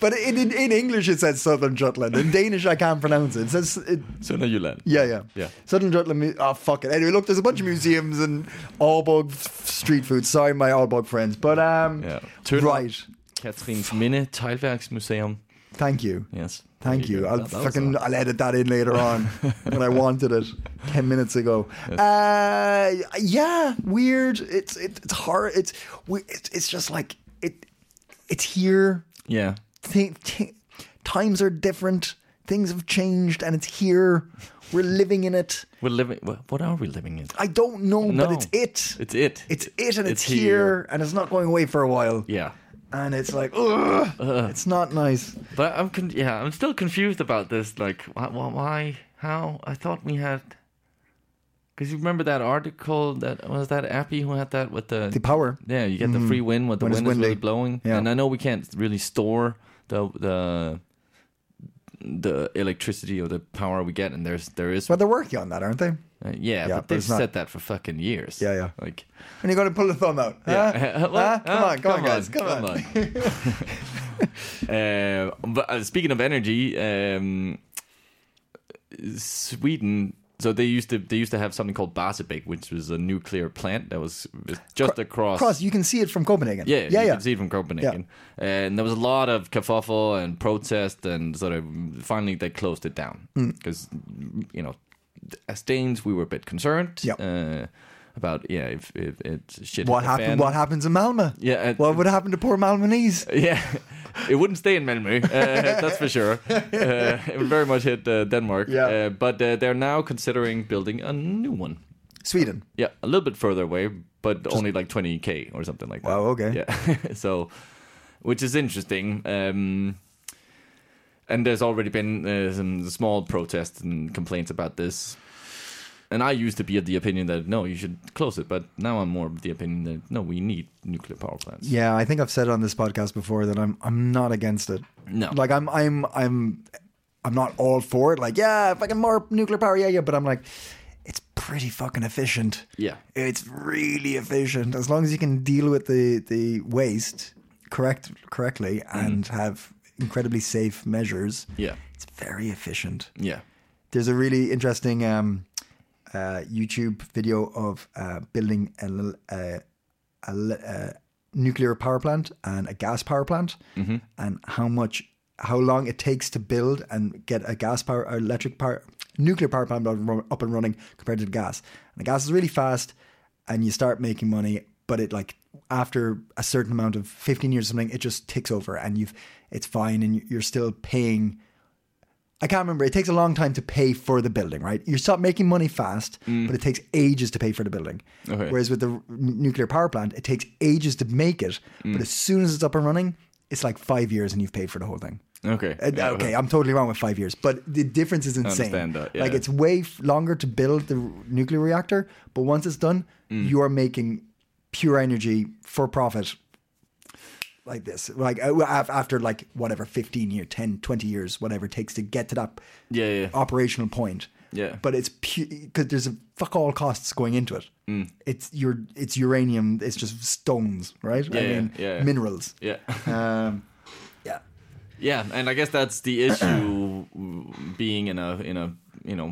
Speaker 2: but in, in in English it says Southern Jutland. In Danish I can't pronounce it. It says it,
Speaker 1: Sønderjylland.
Speaker 2: Yeah, yeah.
Speaker 1: Yeah.
Speaker 2: Southern Jutland. mu- Oh, fuck it. Anyway, look, there's a bunch of museums and Aalborg f- street food. Sorry, my Aalborg friends. But, um,
Speaker 1: Yeah. Turn-
Speaker 2: right.
Speaker 1: Katrins Minde Teglværksmuseum.
Speaker 2: Thank you.
Speaker 1: Yes.
Speaker 2: Thank
Speaker 1: There
Speaker 2: you.
Speaker 1: go.
Speaker 2: I'll
Speaker 1: That- that was
Speaker 2: fucking
Speaker 1: a-
Speaker 2: I'll edit that in later on when I wanted it ten minutes ago. Uh, yeah, weird. It's it, it's hard. It's we- it's it's just like it. It's here.
Speaker 1: yeah.
Speaker 2: Thi- thi- times are different. Things have changed, and it's here. We're living in it.
Speaker 1: We're living. wha- What are we living in?
Speaker 2: I don't know, but
Speaker 1: No.
Speaker 2: it's it.
Speaker 1: It's it.
Speaker 2: It's it, and it's,
Speaker 1: It's
Speaker 2: here.
Speaker 1: here.
Speaker 2: and it's not going away for a while.
Speaker 1: Yeah.
Speaker 2: And it's like, ugh, it's not nice.
Speaker 1: But I'm con- yeah. I'm still confused about this. Like why? why, why how? I thought we had. Because you remember that article that was that Appy who had that with the,
Speaker 2: The power.
Speaker 1: yeah you get the free wind when the
Speaker 2: When it's
Speaker 1: wind is really
Speaker 2: windy.
Speaker 1: blowing
Speaker 2: Yeah.
Speaker 1: and I know we can't really store the the the electricity or the power we get and there's there is
Speaker 2: But they're working on that, aren't they? And
Speaker 1: Uh, yeah, but,
Speaker 2: but
Speaker 1: they've
Speaker 2: it's not-
Speaker 1: said that for fucking years.
Speaker 2: Yeah, yeah.
Speaker 1: Like,
Speaker 2: you're going to pull the thumb out.
Speaker 1: yeah.
Speaker 2: Huh?
Speaker 1: What?
Speaker 2: Huh? Come
Speaker 1: Ah,
Speaker 2: on, come on, guys, come, on.
Speaker 1: on. uh, but uh, speaking of energy, um, Sweden. So they used to they used to have something called Barsebäck, which was a nuclear plant that was just across.
Speaker 2: Cross, you can see it from Copenhagen.
Speaker 1: yeah,
Speaker 2: yeah,
Speaker 1: you
Speaker 2: yeah.
Speaker 1: can see it from Copenhagen, and there was a lot of kerfuffle and protest, and sort of finally they closed it down
Speaker 2: Mm.
Speaker 1: because you know, as Danes we were a bit concerned
Speaker 2: Yep.
Speaker 1: uh, about yeah if, if it's shit.
Speaker 2: what
Speaker 1: hit the
Speaker 2: happened?
Speaker 1: fan.
Speaker 2: What happens in Malmo?
Speaker 1: Yeah, uh,
Speaker 2: what would happen to poor Malmonese?
Speaker 1: Yeah, it wouldn't stay in Malmö, uh, that's for sure. Uh, it would very much hit uh, Denmark.
Speaker 2: Yeah.
Speaker 1: Uh, but uh, they're now considering building a new one.
Speaker 2: Sweden.
Speaker 1: Yeah, a little bit further away, but only like 20k or something like that.
Speaker 2: Wow, okay.
Speaker 1: Yeah, so, which is interesting. Um, And there's already been uh, some small protests and complaints about this. And I used to be of the opinion that no, you should close it, but now I'm more of the opinion that no, we need nuclear power plants.
Speaker 2: Yeah, I think I've said on this podcast before that I'm I'm not against it.
Speaker 1: No.
Speaker 2: like I'm I'm I'm I'm not all for it. Like yeah, fucking more nuclear power. Yeah, yeah. But I'm like, it's pretty fucking efficient.
Speaker 1: Yeah.
Speaker 2: it's really efficient as long as you can deal with the the waste correct correctly and have incredibly safe measures.
Speaker 1: Mm-hmm. Yeah.
Speaker 2: it's very efficient.
Speaker 1: Yeah.
Speaker 2: There's a really interesting um, uh, YouTube video of uh, building a, l- uh, a l- uh, nuclear power plant and a gas power plant, and how much, how long it takes to build and get a gas power, or electric power, nuclear power plant up and run- up and running compared to the gas. And the gas is really fast, and you start making money, but it like after a certain amount of 15 years or something, it just takes over, and you've it's fine, and you're still paying. I can't remember. It takes a long time to pay for the building, right? You stop making money fast, but it takes ages to pay for the building.
Speaker 1: Okay.
Speaker 2: Whereas with the r- nuclear power plant, it takes ages to make it, but as soon as it's up and running, it's like five years and you've paid for the whole thing.
Speaker 1: Okay.
Speaker 2: Uh,
Speaker 1: Yeah.
Speaker 2: okay, I'm totally wrong with five years, but the difference is insane.
Speaker 1: understand that, yeah.
Speaker 2: Like it's way f- longer to build the r- nuclear reactor, but once it's done,
Speaker 1: Mm.
Speaker 2: you are making pure energy for profit like this like uh, af- after like whatever 15 year 10 20 years whatever it takes to get to that
Speaker 1: Yeah, yeah.
Speaker 2: operational point
Speaker 1: Yeah.
Speaker 2: but it's because there's a fuck all costs going into it
Speaker 1: Mm.
Speaker 2: it's your it's uranium it's just stones right i
Speaker 1: Yeah, yeah,
Speaker 2: mean
Speaker 1: yeah.
Speaker 2: minerals
Speaker 1: Yeah.
Speaker 2: um yeah
Speaker 1: Yeah, and I guess that's the issue being in a in a you know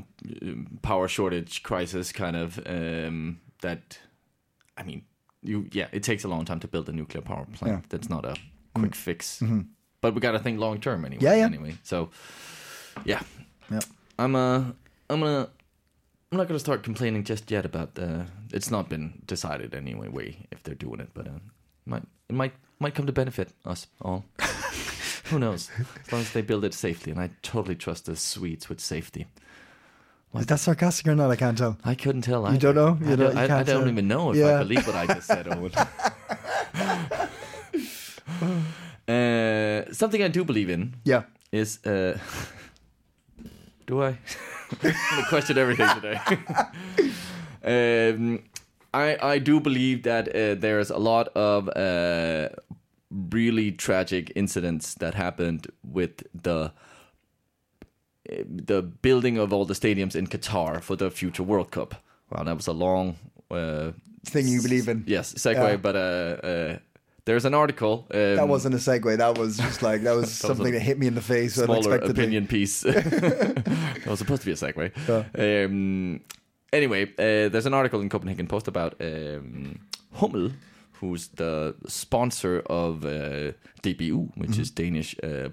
Speaker 1: power shortage crisis kind of um, that. I mean, you yeah, it takes a long time to build a nuclear power plant.
Speaker 2: Yeah. Mm-hmm.
Speaker 1: That's not a quick fix, but we got to think long term anyway.
Speaker 2: Yeah, yeah.
Speaker 1: Anyway, so yeah,
Speaker 2: yeah
Speaker 1: I'm uh I'm gonna. I'm not gonna start complaining just yet about the. It's not been decided anyway way if they're doing it, but uh, might it might might come to benefit us all. Who knows? As long as they build it safely, and I totally trust the Swedes with safety.
Speaker 2: is that sarcastic or not i can't tell
Speaker 1: I couldn't tell.
Speaker 2: You don't know? You
Speaker 1: I
Speaker 2: don't-
Speaker 1: don't,
Speaker 2: you
Speaker 1: I, I
Speaker 2: can't
Speaker 1: don't
Speaker 2: tell?
Speaker 1: even know if
Speaker 2: Yeah.
Speaker 1: I believe what I just said, Owen. uh, something I do believe in
Speaker 2: yeah
Speaker 1: is uh do I? I question everything today. um, I I do believe that uh, there's a lot of uh, really tragic incidents that happened with the uh, the building of all the stadiums in Qatar for the future World Cup. Wow, that was a long uh,
Speaker 2: thing you believe in
Speaker 1: yes segue,
Speaker 2: Yeah.
Speaker 1: but uh, uh, there's an article. Um,
Speaker 2: that wasn't a segue that was just like that was
Speaker 1: was
Speaker 2: something
Speaker 1: a
Speaker 2: that hit me in the face
Speaker 1: smaller
Speaker 2: unexpectedly
Speaker 1: opinion piece. that was supposed to be a segue. Um, anyway, uh, there's an article in Copenhagen Post about um, Hummel, who's the sponsor of uh, DBU, which is Danish uh,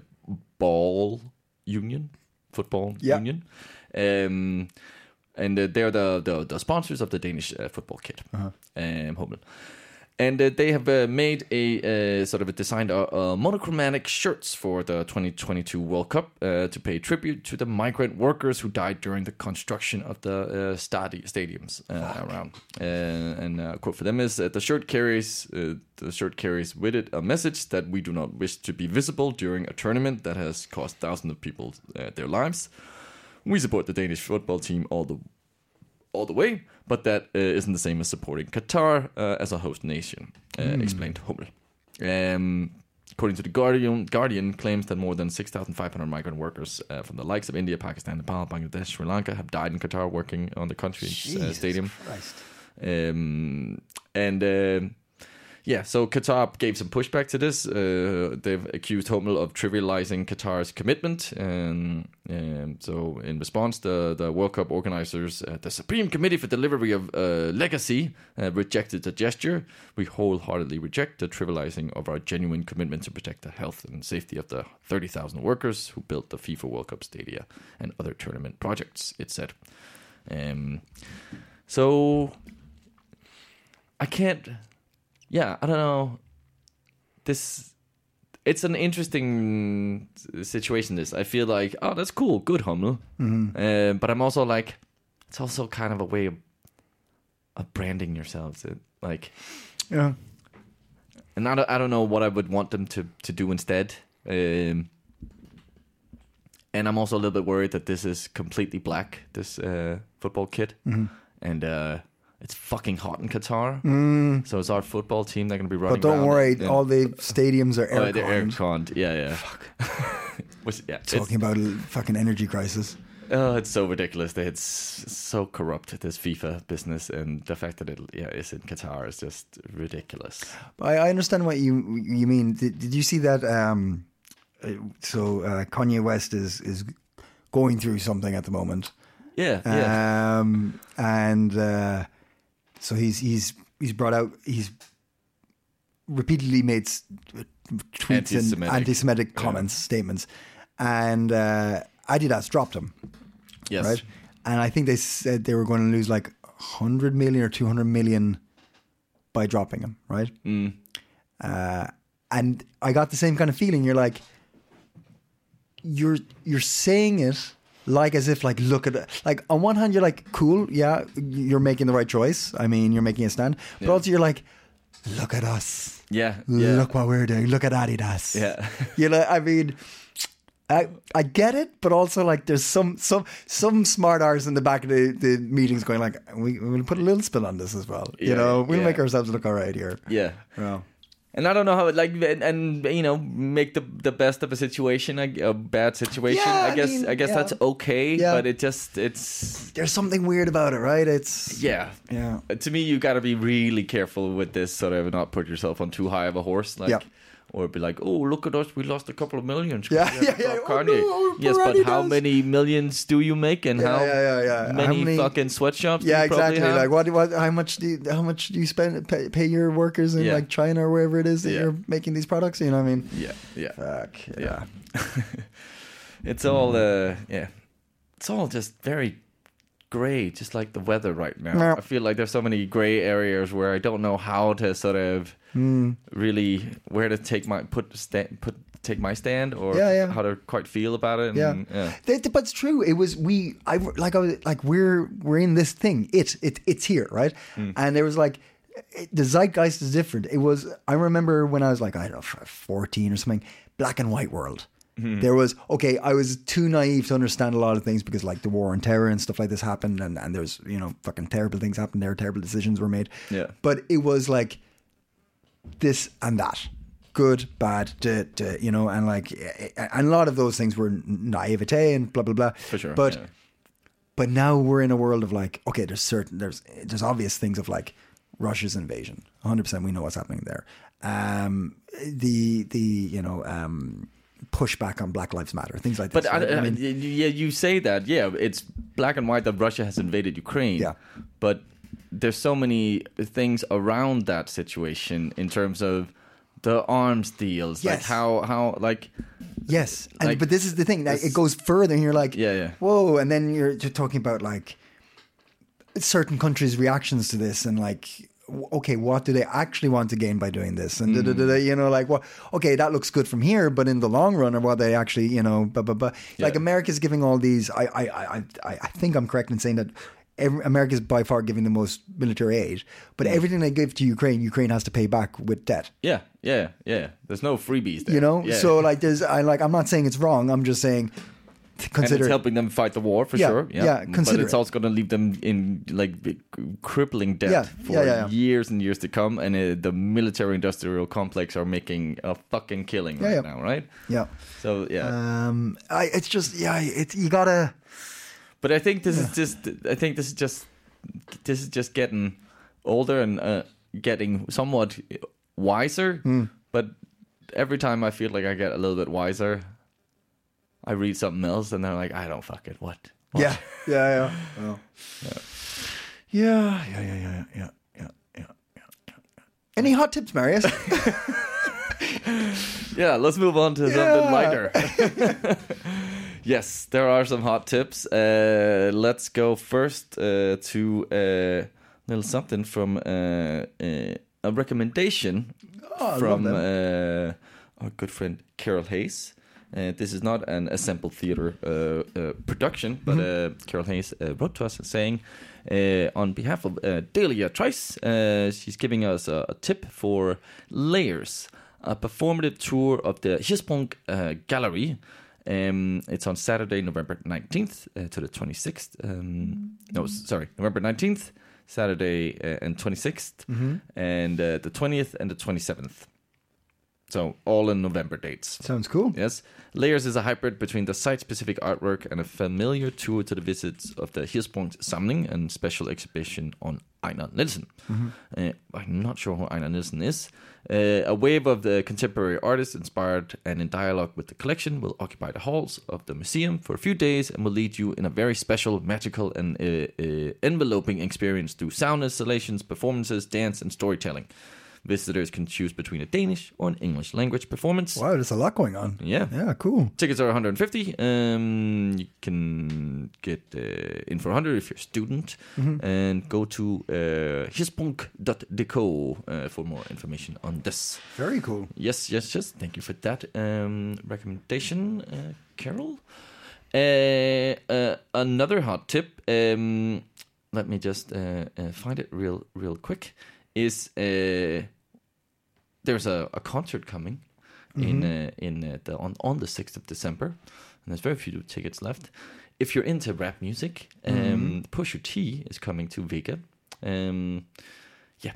Speaker 1: Ball Union, Football
Speaker 2: Yeah.
Speaker 1: Union. Um, and uh, they're the, the the sponsors of the Danish uh, football kit, um, Hummel. And uh, they have uh, made a uh, sort of a designed uh, uh, monochromatic shirts for the 2022 World Cup uh, to pay tribute to the migrant workers who died during the construction of the uh, stadi- stadiums uh, around. Uh, and uh, quote for them is uh, the shirt carries uh, the shirt carries with it a message that we do not wish to be visible during a tournament that has cost thousands of people uh, their lives. We support the Danish football team all the all the way, but that uh, isn't the same as supporting Qatar uh, as a host nation, uh, explained Hummel. Um, according to the Guardian, Guardian claims that more than 6,500 migrant workers uh, from the likes of India, Pakistan, Nepal, Bangladesh, Sri Lanka have died in Qatar working on the country's uh,
Speaker 2: Jesus
Speaker 1: stadium.
Speaker 2: Christ.
Speaker 1: Um, and um yeah, so Qatar gave some pushback to this. Uh, they've accused Hummel of trivializing Qatar's commitment, and um, so in response, the the World Cup organizers, uh, the Supreme Committee for Delivery of uh, Legacy, uh, rejected the gesture. We wholeheartedly reject the trivializing of our genuine commitment to protect the health and safety of the 30,000 workers who built the FIFA World Cup stadia and other tournament projects. It said. Um, so I can't. Yeah, I don't know. This it's an interesting situation. This I feel like oh that's cool, good Hummel. Uh, but I'm also like it's also kind of a way of, of branding yourselves. It, like
Speaker 2: yeah
Speaker 1: and I don't, I don't know what I would want them to to do instead. Um, And I'm also a little bit worried that this is completely black, this uh, football kit. And uh, it's fucking hot in Qatar. So it's our football team that are going to be running
Speaker 2: mm-hmm. But don't
Speaker 1: around
Speaker 2: worry,
Speaker 1: in-
Speaker 2: all the stadiums are
Speaker 1: Oh,
Speaker 2: air
Speaker 1: they're air
Speaker 2: conned.
Speaker 1: conned. Yeah, yeah. Which, yeah, it's,
Speaker 2: Talking about a fucking energy crisis.
Speaker 1: oh, it's so ridiculous. They- It's so corrupt, this FIFA business. And the fact that it yeah, is in Qatar is just ridiculous.
Speaker 2: I, I understand what you you mean. Did, did you see that? Um, uh, so uh, Kanye West is is going through something at the moment,
Speaker 1: Yeah, yeah.
Speaker 2: um, and uh, so he's he's he's brought out he's repeatedly made s- tweets and
Speaker 1: Anti-Semitic.
Speaker 2: anti-Semitic comments statements, and uh, Adidas dropped him
Speaker 1: yes.
Speaker 2: right? And I think they said they were going to lose like 100 million or 200 million by dropping him, right? Uh, and I got the same kind of feeling. You're like, you're you're saying it like as if like look at it. like on one hand you're like cool yeah you're making the right choice I mean you're making a stand but also you're like look at us
Speaker 1: Yeah, yeah.
Speaker 2: look what we're doing look at Adidas
Speaker 1: Yeah.
Speaker 2: you know i mean I, I get it, but also like there's some some some smart arse in the back of the, the meetings going like we we'll put a little spin on this as well. you
Speaker 1: Yeah,
Speaker 2: know, we'll
Speaker 1: yeah.
Speaker 2: make ourselves look all right here.
Speaker 1: Yeah.
Speaker 2: Well,
Speaker 1: And I don't know how like and, and you know make the the best of a situation I- a bad situation.
Speaker 2: Yeah,
Speaker 1: I
Speaker 2: I
Speaker 1: guess
Speaker 2: mean,
Speaker 1: I guess
Speaker 2: yeah.
Speaker 1: that's okay,
Speaker 2: Yeah.
Speaker 1: but it just it's
Speaker 2: There's something weird about it, right? It's
Speaker 1: yeah.
Speaker 2: Yeah.
Speaker 1: Uh, To me you got to be really careful with this sort of not put yourself on too high of a horse like
Speaker 2: Yeah.
Speaker 1: Or be like, oh, look at us! We lost a couple of millions. 'cause
Speaker 2: Yeah,
Speaker 1: we had
Speaker 2: yeah,
Speaker 1: to
Speaker 2: yeah.
Speaker 1: drop
Speaker 2: Oh,
Speaker 1: Kanye."
Speaker 2: no, oh,
Speaker 1: yes, but
Speaker 2: Ferrari
Speaker 1: how
Speaker 2: does.
Speaker 1: many millions do you make, and
Speaker 2: Yeah,
Speaker 1: how
Speaker 2: yeah, yeah, yeah. How
Speaker 1: Many,
Speaker 2: many-
Speaker 1: fucking sweatshops? do
Speaker 2: Yeah,
Speaker 1: you probably
Speaker 2: exactly.
Speaker 1: have?
Speaker 2: Like what what how much do you, how much do you spend pay, pay your workers in
Speaker 1: Yeah.
Speaker 2: like China or wherever it is that
Speaker 1: Yeah.
Speaker 2: you're making these products, you know what I mean?
Speaker 1: Yeah, yeah.
Speaker 2: Fuck. Yeah.
Speaker 1: yeah. it's all uh yeah. It's all just very gray, just like the weather right now.
Speaker 2: Yeah.
Speaker 1: I feel like there's so many gray areas where I don't know how to sort of
Speaker 2: Hmm.
Speaker 1: really where to take my put stand put take my stand or
Speaker 2: Yeah, yeah.
Speaker 1: how to quite feel about it. And,
Speaker 2: Yeah. Th- th- but it's true. It was we. I like. I was like. We're we're in this thing. It it it's here, right?
Speaker 1: Mm.
Speaker 2: And there was like. It, the zeitgeist is different. It was. I remember when I was like I don't know, f- fourteen or something. Black and white world.
Speaker 1: Mm-hmm.
Speaker 2: There was okay. I was too naive to understand a lot of things because like the war on terror and stuff like this happened, and and there's you know fucking terrible things happened there. Terrible decisions were made.
Speaker 1: Yeah.
Speaker 2: But it was like this and that good bad duh, duh, you know and like eh, eh, and a lot of those things were naivete and blah blah blah
Speaker 1: For sure.
Speaker 2: but
Speaker 1: yeah.
Speaker 2: but now we're in a world of like okay there's certain there's there's obvious things of like russia's invasion 100% we know what's happening there um the the you know um pushback on black lives matter things like this
Speaker 1: But uh, I,
Speaker 2: right?
Speaker 1: I
Speaker 2: I mean,
Speaker 1: yeah, you say that. Yeah, it's black and white that Russia has invaded Ukraine.
Speaker 2: Yeah.
Speaker 1: But there's so many things around that situation in terms of the arms deals, like
Speaker 2: Yes.
Speaker 1: how how like
Speaker 2: Yes, and
Speaker 1: Like,
Speaker 2: but this is the thing. Like,
Speaker 1: this-
Speaker 2: it goes further, and you're like,
Speaker 1: Yeah, yeah.
Speaker 2: whoa, and then you're just talking about like certain countries' reactions to this, and like, w- okay, what do they actually want to gain by doing this? And da, da,
Speaker 1: Mm.
Speaker 2: da, da, you know, like, what? okay, that looks good from here, but in the long run, or what they actually, you know, blah, blah, blah. like
Speaker 1: Yeah.
Speaker 2: America's giving all these. I, I, I, I I think I'm correct in saying that. Every, America's by far giving the most military aid, but everything they give to Ukraine, Ukraine has to pay back with debt
Speaker 1: yeah, yeah, yeah. There's no freebies there.
Speaker 2: you know
Speaker 1: Yeah.
Speaker 2: so like there's i like i'm not saying it's wrong i'm just saying t-
Speaker 1: and
Speaker 2: consider
Speaker 1: it's helping them fight the war for
Speaker 2: Yeah,
Speaker 1: sure. Yeah,
Speaker 2: yeah,
Speaker 1: But
Speaker 2: consider
Speaker 1: it's
Speaker 2: it.
Speaker 1: also going to leave them in like big crippling debt
Speaker 2: Yeah,
Speaker 1: for
Speaker 2: yeah, yeah, yeah.
Speaker 1: years and years to come. And uh, the military-industrial complex are making a fucking killing right
Speaker 2: yeah.
Speaker 1: now, right?
Speaker 2: yeah
Speaker 1: So yeah.
Speaker 2: um i it's just yeah it's you gotta
Speaker 1: But I think this is just. I think this is just. This is just getting older and uh, getting somewhat wiser.
Speaker 2: Hmm.
Speaker 1: But every time I feel like I get a little bit wiser, I read something else, and they're like, "I don't fuck it. What? What?
Speaker 2: yeah yeah yeah well, yeah yeah yeah yeah yeah yeah yeah yeah. any hot tips marius
Speaker 1: Yeah, let's move on to something
Speaker 2: Yeah.
Speaker 1: lighter. yes, there are some hot tips. Uh, let's go first uh, to a little something from uh, uh, a recommendation
Speaker 2: Oh, love
Speaker 1: from uh, our good friend Carol Hayes. Uh, this is not an assembled theater uh, uh, production, but uh, Carol Hayes uh, wrote to us saying, uh, on behalf of uh, Delia Trice, uh, she's giving us a, a tip for Layers, a performative tour of the Hispunk uh, Gallery Um, it's on Saturday, November 19th uh, to the 26th. Um, no, s- sorry, November 19th, Saturday uh, and 26th, and uh, the 20th and the 27th. So all in November dates.
Speaker 2: Sounds cool.
Speaker 1: Yes. Layers is a hybrid between the site specific artwork and a familiar tour to the visits of the Hirspunkt Samling and special exhibition on Einar Nielsen. Uh, I'm not sure who Einar Nielsen is. Uh, a wave of the contemporary artists inspired and in dialogue with the collection will occupy the halls of the museum for a few days and will lead you in a very special, magical, and uh, uh, enveloping experience through sound installations, performances, dance, and storytelling. Visitors can choose between a Danish or an English language performance.
Speaker 2: Wow, there's a lot going on.
Speaker 1: Yeah.
Speaker 2: Yeah, cool.
Speaker 1: Tickets are 150. Um, you can get uh, in for 100 if you're a student, and go to uh, hispunk.deco uh, for more information on this.
Speaker 2: Very cool.
Speaker 1: Yes, yes, yes. Thank you for that um, recommendation, uh, Carol. Uh, uh, another hot tip. Um, let me just uh, uh, find it real, real quick. Is uh, there's a, a concert coming in uh, in uh, the on on the sixth of December, and there's very few tickets left. If you're into rap music, um, Pusha T is coming to Vega. Um, yeah,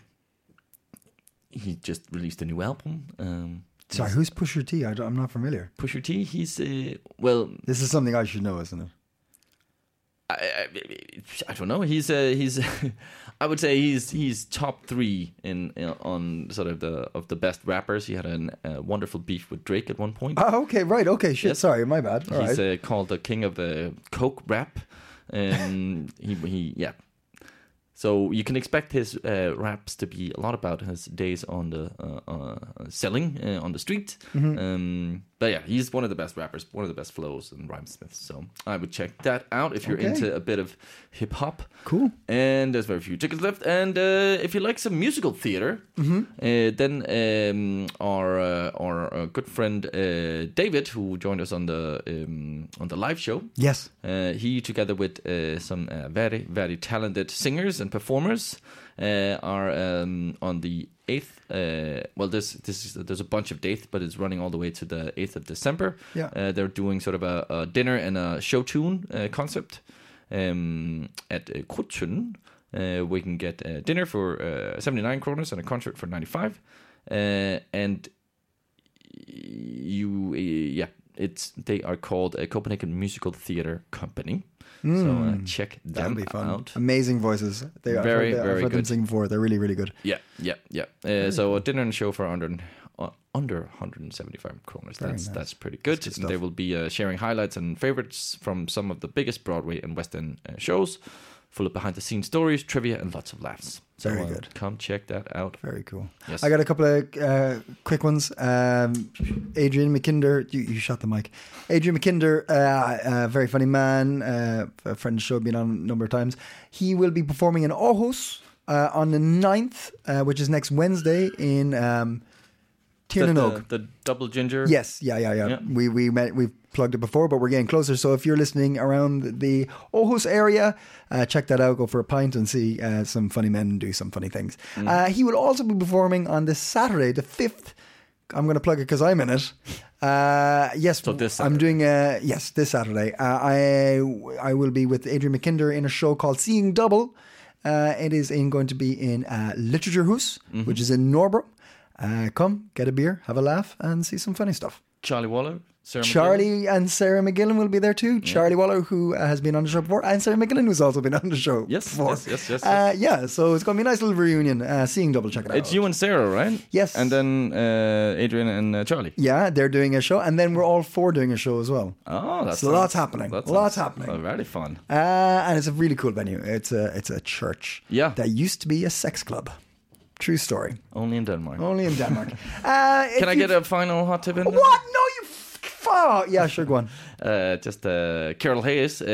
Speaker 1: he just released a new album. Um,
Speaker 2: Sorry, who's Pusher T? I don't, I'm not familiar.
Speaker 1: Pusha T, he's uh, well,
Speaker 2: This is something I should know, isn't it?
Speaker 1: I, I, I don't know. He's uh, he's, I would say he's he's top three in, in on sort of the of the best rappers. He had an uh, wonderful beef with Drake at one point.
Speaker 2: Oh, okay, right. Okay, shit.
Speaker 1: Yes.
Speaker 2: Sorry, my bad. All right.
Speaker 1: He's uh, called the king of the coke rap. Um, he, he, yeah. So you can expect his uh, raps to be a lot about his days on the uh, uh, selling uh, on the street.
Speaker 2: Mm-hmm.
Speaker 1: Um, but yeah, he's one of the best rappers, one of the best flows and rhymesmiths. So I would check that out if you're
Speaker 2: Okay.
Speaker 1: into a bit of hip hop.
Speaker 2: Cool.
Speaker 1: And there's very few tickets left. And uh, if you like some musical theater, uh, then um, our uh, our uh, good friend uh, David, who joined us on the um, on the live show,
Speaker 2: Yes.
Speaker 1: uh, he together with uh, some uh, very very talented singers and performers uh, are um, on the eighth. Uh, well, there's this is, there's a bunch of dates, but it's running all the way to the eighth of December.
Speaker 2: Yeah.
Speaker 1: uh, they're doing sort of a, a dinner and a show tune uh, concept um, at uh, Kutsun. Uh, we can get uh, dinner for uh, 79 kroners and a concert for 95. Uh, and you uh, yeah it's they are called a copenhagen musical theater company so
Speaker 2: Hmm.
Speaker 1: uh, check
Speaker 2: That'll
Speaker 1: them
Speaker 2: be fun.
Speaker 1: out
Speaker 2: Amazing voices. They are
Speaker 1: Very,
Speaker 2: they, I've
Speaker 1: very
Speaker 2: heard them
Speaker 1: good.
Speaker 2: sing before. They're really, really good.
Speaker 1: yeah yeah yeah uh, so a dinner and show for under uh, under 175 kroners that's
Speaker 2: nice.
Speaker 1: that's pretty good,
Speaker 2: That's good
Speaker 1: And they
Speaker 2: stuff.
Speaker 1: will be uh, sharing highlights and favorites from some of the biggest broadway and west end uh, shows full of behind the scenes stories trivia and lots of laughs so
Speaker 2: Very
Speaker 1: uh,
Speaker 2: good.
Speaker 1: come check that out
Speaker 2: Very cool.
Speaker 1: Yes.
Speaker 2: I got a couple of uh, quick ones. Um, Adrian McKinder, you, you shot the mic. Adrian McKinder, uh, a very funny man, uh, a friend of the show, been on a number of times. He will be performing in Aarhus uh, on the 9th, uh, which is next Wednesday in um,
Speaker 1: the,
Speaker 2: Tiernan Oak.
Speaker 1: the, the double ginger
Speaker 2: Yes, yeah, yeah, yeah.
Speaker 1: Yeah.
Speaker 2: We we met we've plugged it before, but we're getting closer. So if you're listening around the Aarhus area, uh, check that out. Go for a pint and see uh, some funny men do some funny things. Uh, he will also be performing on this Saturday, the fifth. I'm going to plug it because I'm in it. Uh, yes,
Speaker 1: So this
Speaker 2: I'm doing uh, yes this Saturday. Uh, I I will be with Adrian McKinder in a show called Seeing Double. Uh, it is in, going to be in uh, Literaturehus,
Speaker 1: Mm-hmm.
Speaker 2: which is in Norbro. Uh, come, get a beer, have a laugh, and see some funny stuff.
Speaker 1: charlie waller Sarah McLachlan.
Speaker 2: Charlie and Sarah McGillan will be there too. Charlie Waller, who uh, has been on the show before, and Sarah McGillan, who's also been on the show
Speaker 1: Yes,
Speaker 2: before.
Speaker 1: yes, yes, yes,
Speaker 2: Uh, yeah, so it's going to be a nice little reunion. Uh, seeing double, check it out.
Speaker 1: it's you and sarah right
Speaker 2: Yes.
Speaker 1: and then uh, adrian and uh, charlie
Speaker 2: Yeah, they're doing a show, and then we're all four doing a show as well.
Speaker 1: Oh, that's
Speaker 2: So lots happening. Lots happening.
Speaker 1: Very fun.
Speaker 2: Uh, and it's a really cool venue. It's a it's a church.
Speaker 1: Yeah.
Speaker 2: that used to be a sex club. True story.
Speaker 1: Only in Denmark.
Speaker 2: Only in Denmark. uh,
Speaker 1: Can I get a final hot tip in? there?
Speaker 2: what? No, you. F- oh, yeah, sure, go on.
Speaker 1: Uh, just uh, Carol Hayes uh,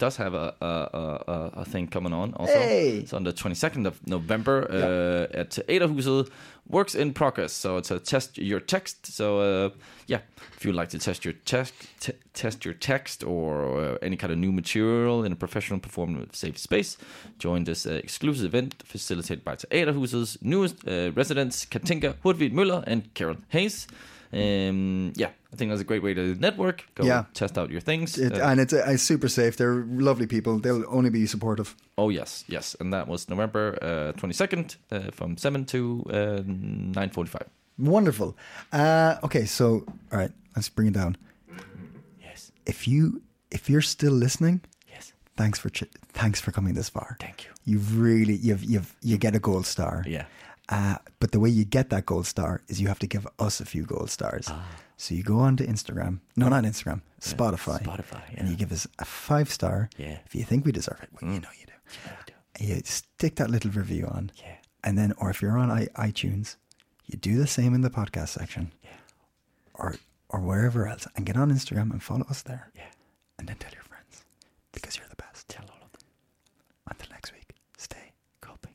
Speaker 1: does have a, a, a, a- a thing coming on also.
Speaker 2: Hey.
Speaker 1: It's on the 22nd of November uh, at Ederhuset. Works in progress, so it's a test your text. So uh, yeah, if you like to test your text, t- test your text or uh, any kind of new material in a professional performance safe space, join this uh, exclusive event facilitated by Ederhuset's newest uh, residents Katinka Hurtvig Müller and Carol Hayes. Um, yeah, I think that's a great way to network. Go
Speaker 2: Yeah.
Speaker 1: test out your things.
Speaker 2: It,
Speaker 1: Uh,
Speaker 2: and it's, uh, it's super safe. They're lovely people. They'll only be supportive.
Speaker 1: oh yes, yes, and that was November twenty second uh, from seven to uh, nine forty five.
Speaker 2: Wonderful. Uh, okay, so all right, let's bring it down.
Speaker 1: Yes,
Speaker 2: If you if you're still listening,
Speaker 1: yes,
Speaker 2: thanks for ch- thanks for coming this far.
Speaker 1: thank you.
Speaker 2: You've really you've you've you get a gold star.
Speaker 1: Yeah.
Speaker 2: Uh, but the way you get that gold star is you have to give us a few gold stars. So you go on to Instagram, no, not Instagram, Spotify,
Speaker 1: Spotify,
Speaker 2: and
Speaker 1: yeah.
Speaker 2: you give us a five star.
Speaker 1: Yeah.
Speaker 2: If you think we deserve it, well, you know you do. And you stick that little review on.
Speaker 1: Yeah.
Speaker 2: And then, or if you're on I- iTunes, you do the same in the podcast section. Yeah. Or or wherever else, and get on Instagram and follow us there.
Speaker 1: Yeah.
Speaker 2: And then tell your friends because you're the best. Tell all of them. Until next week, stay coping.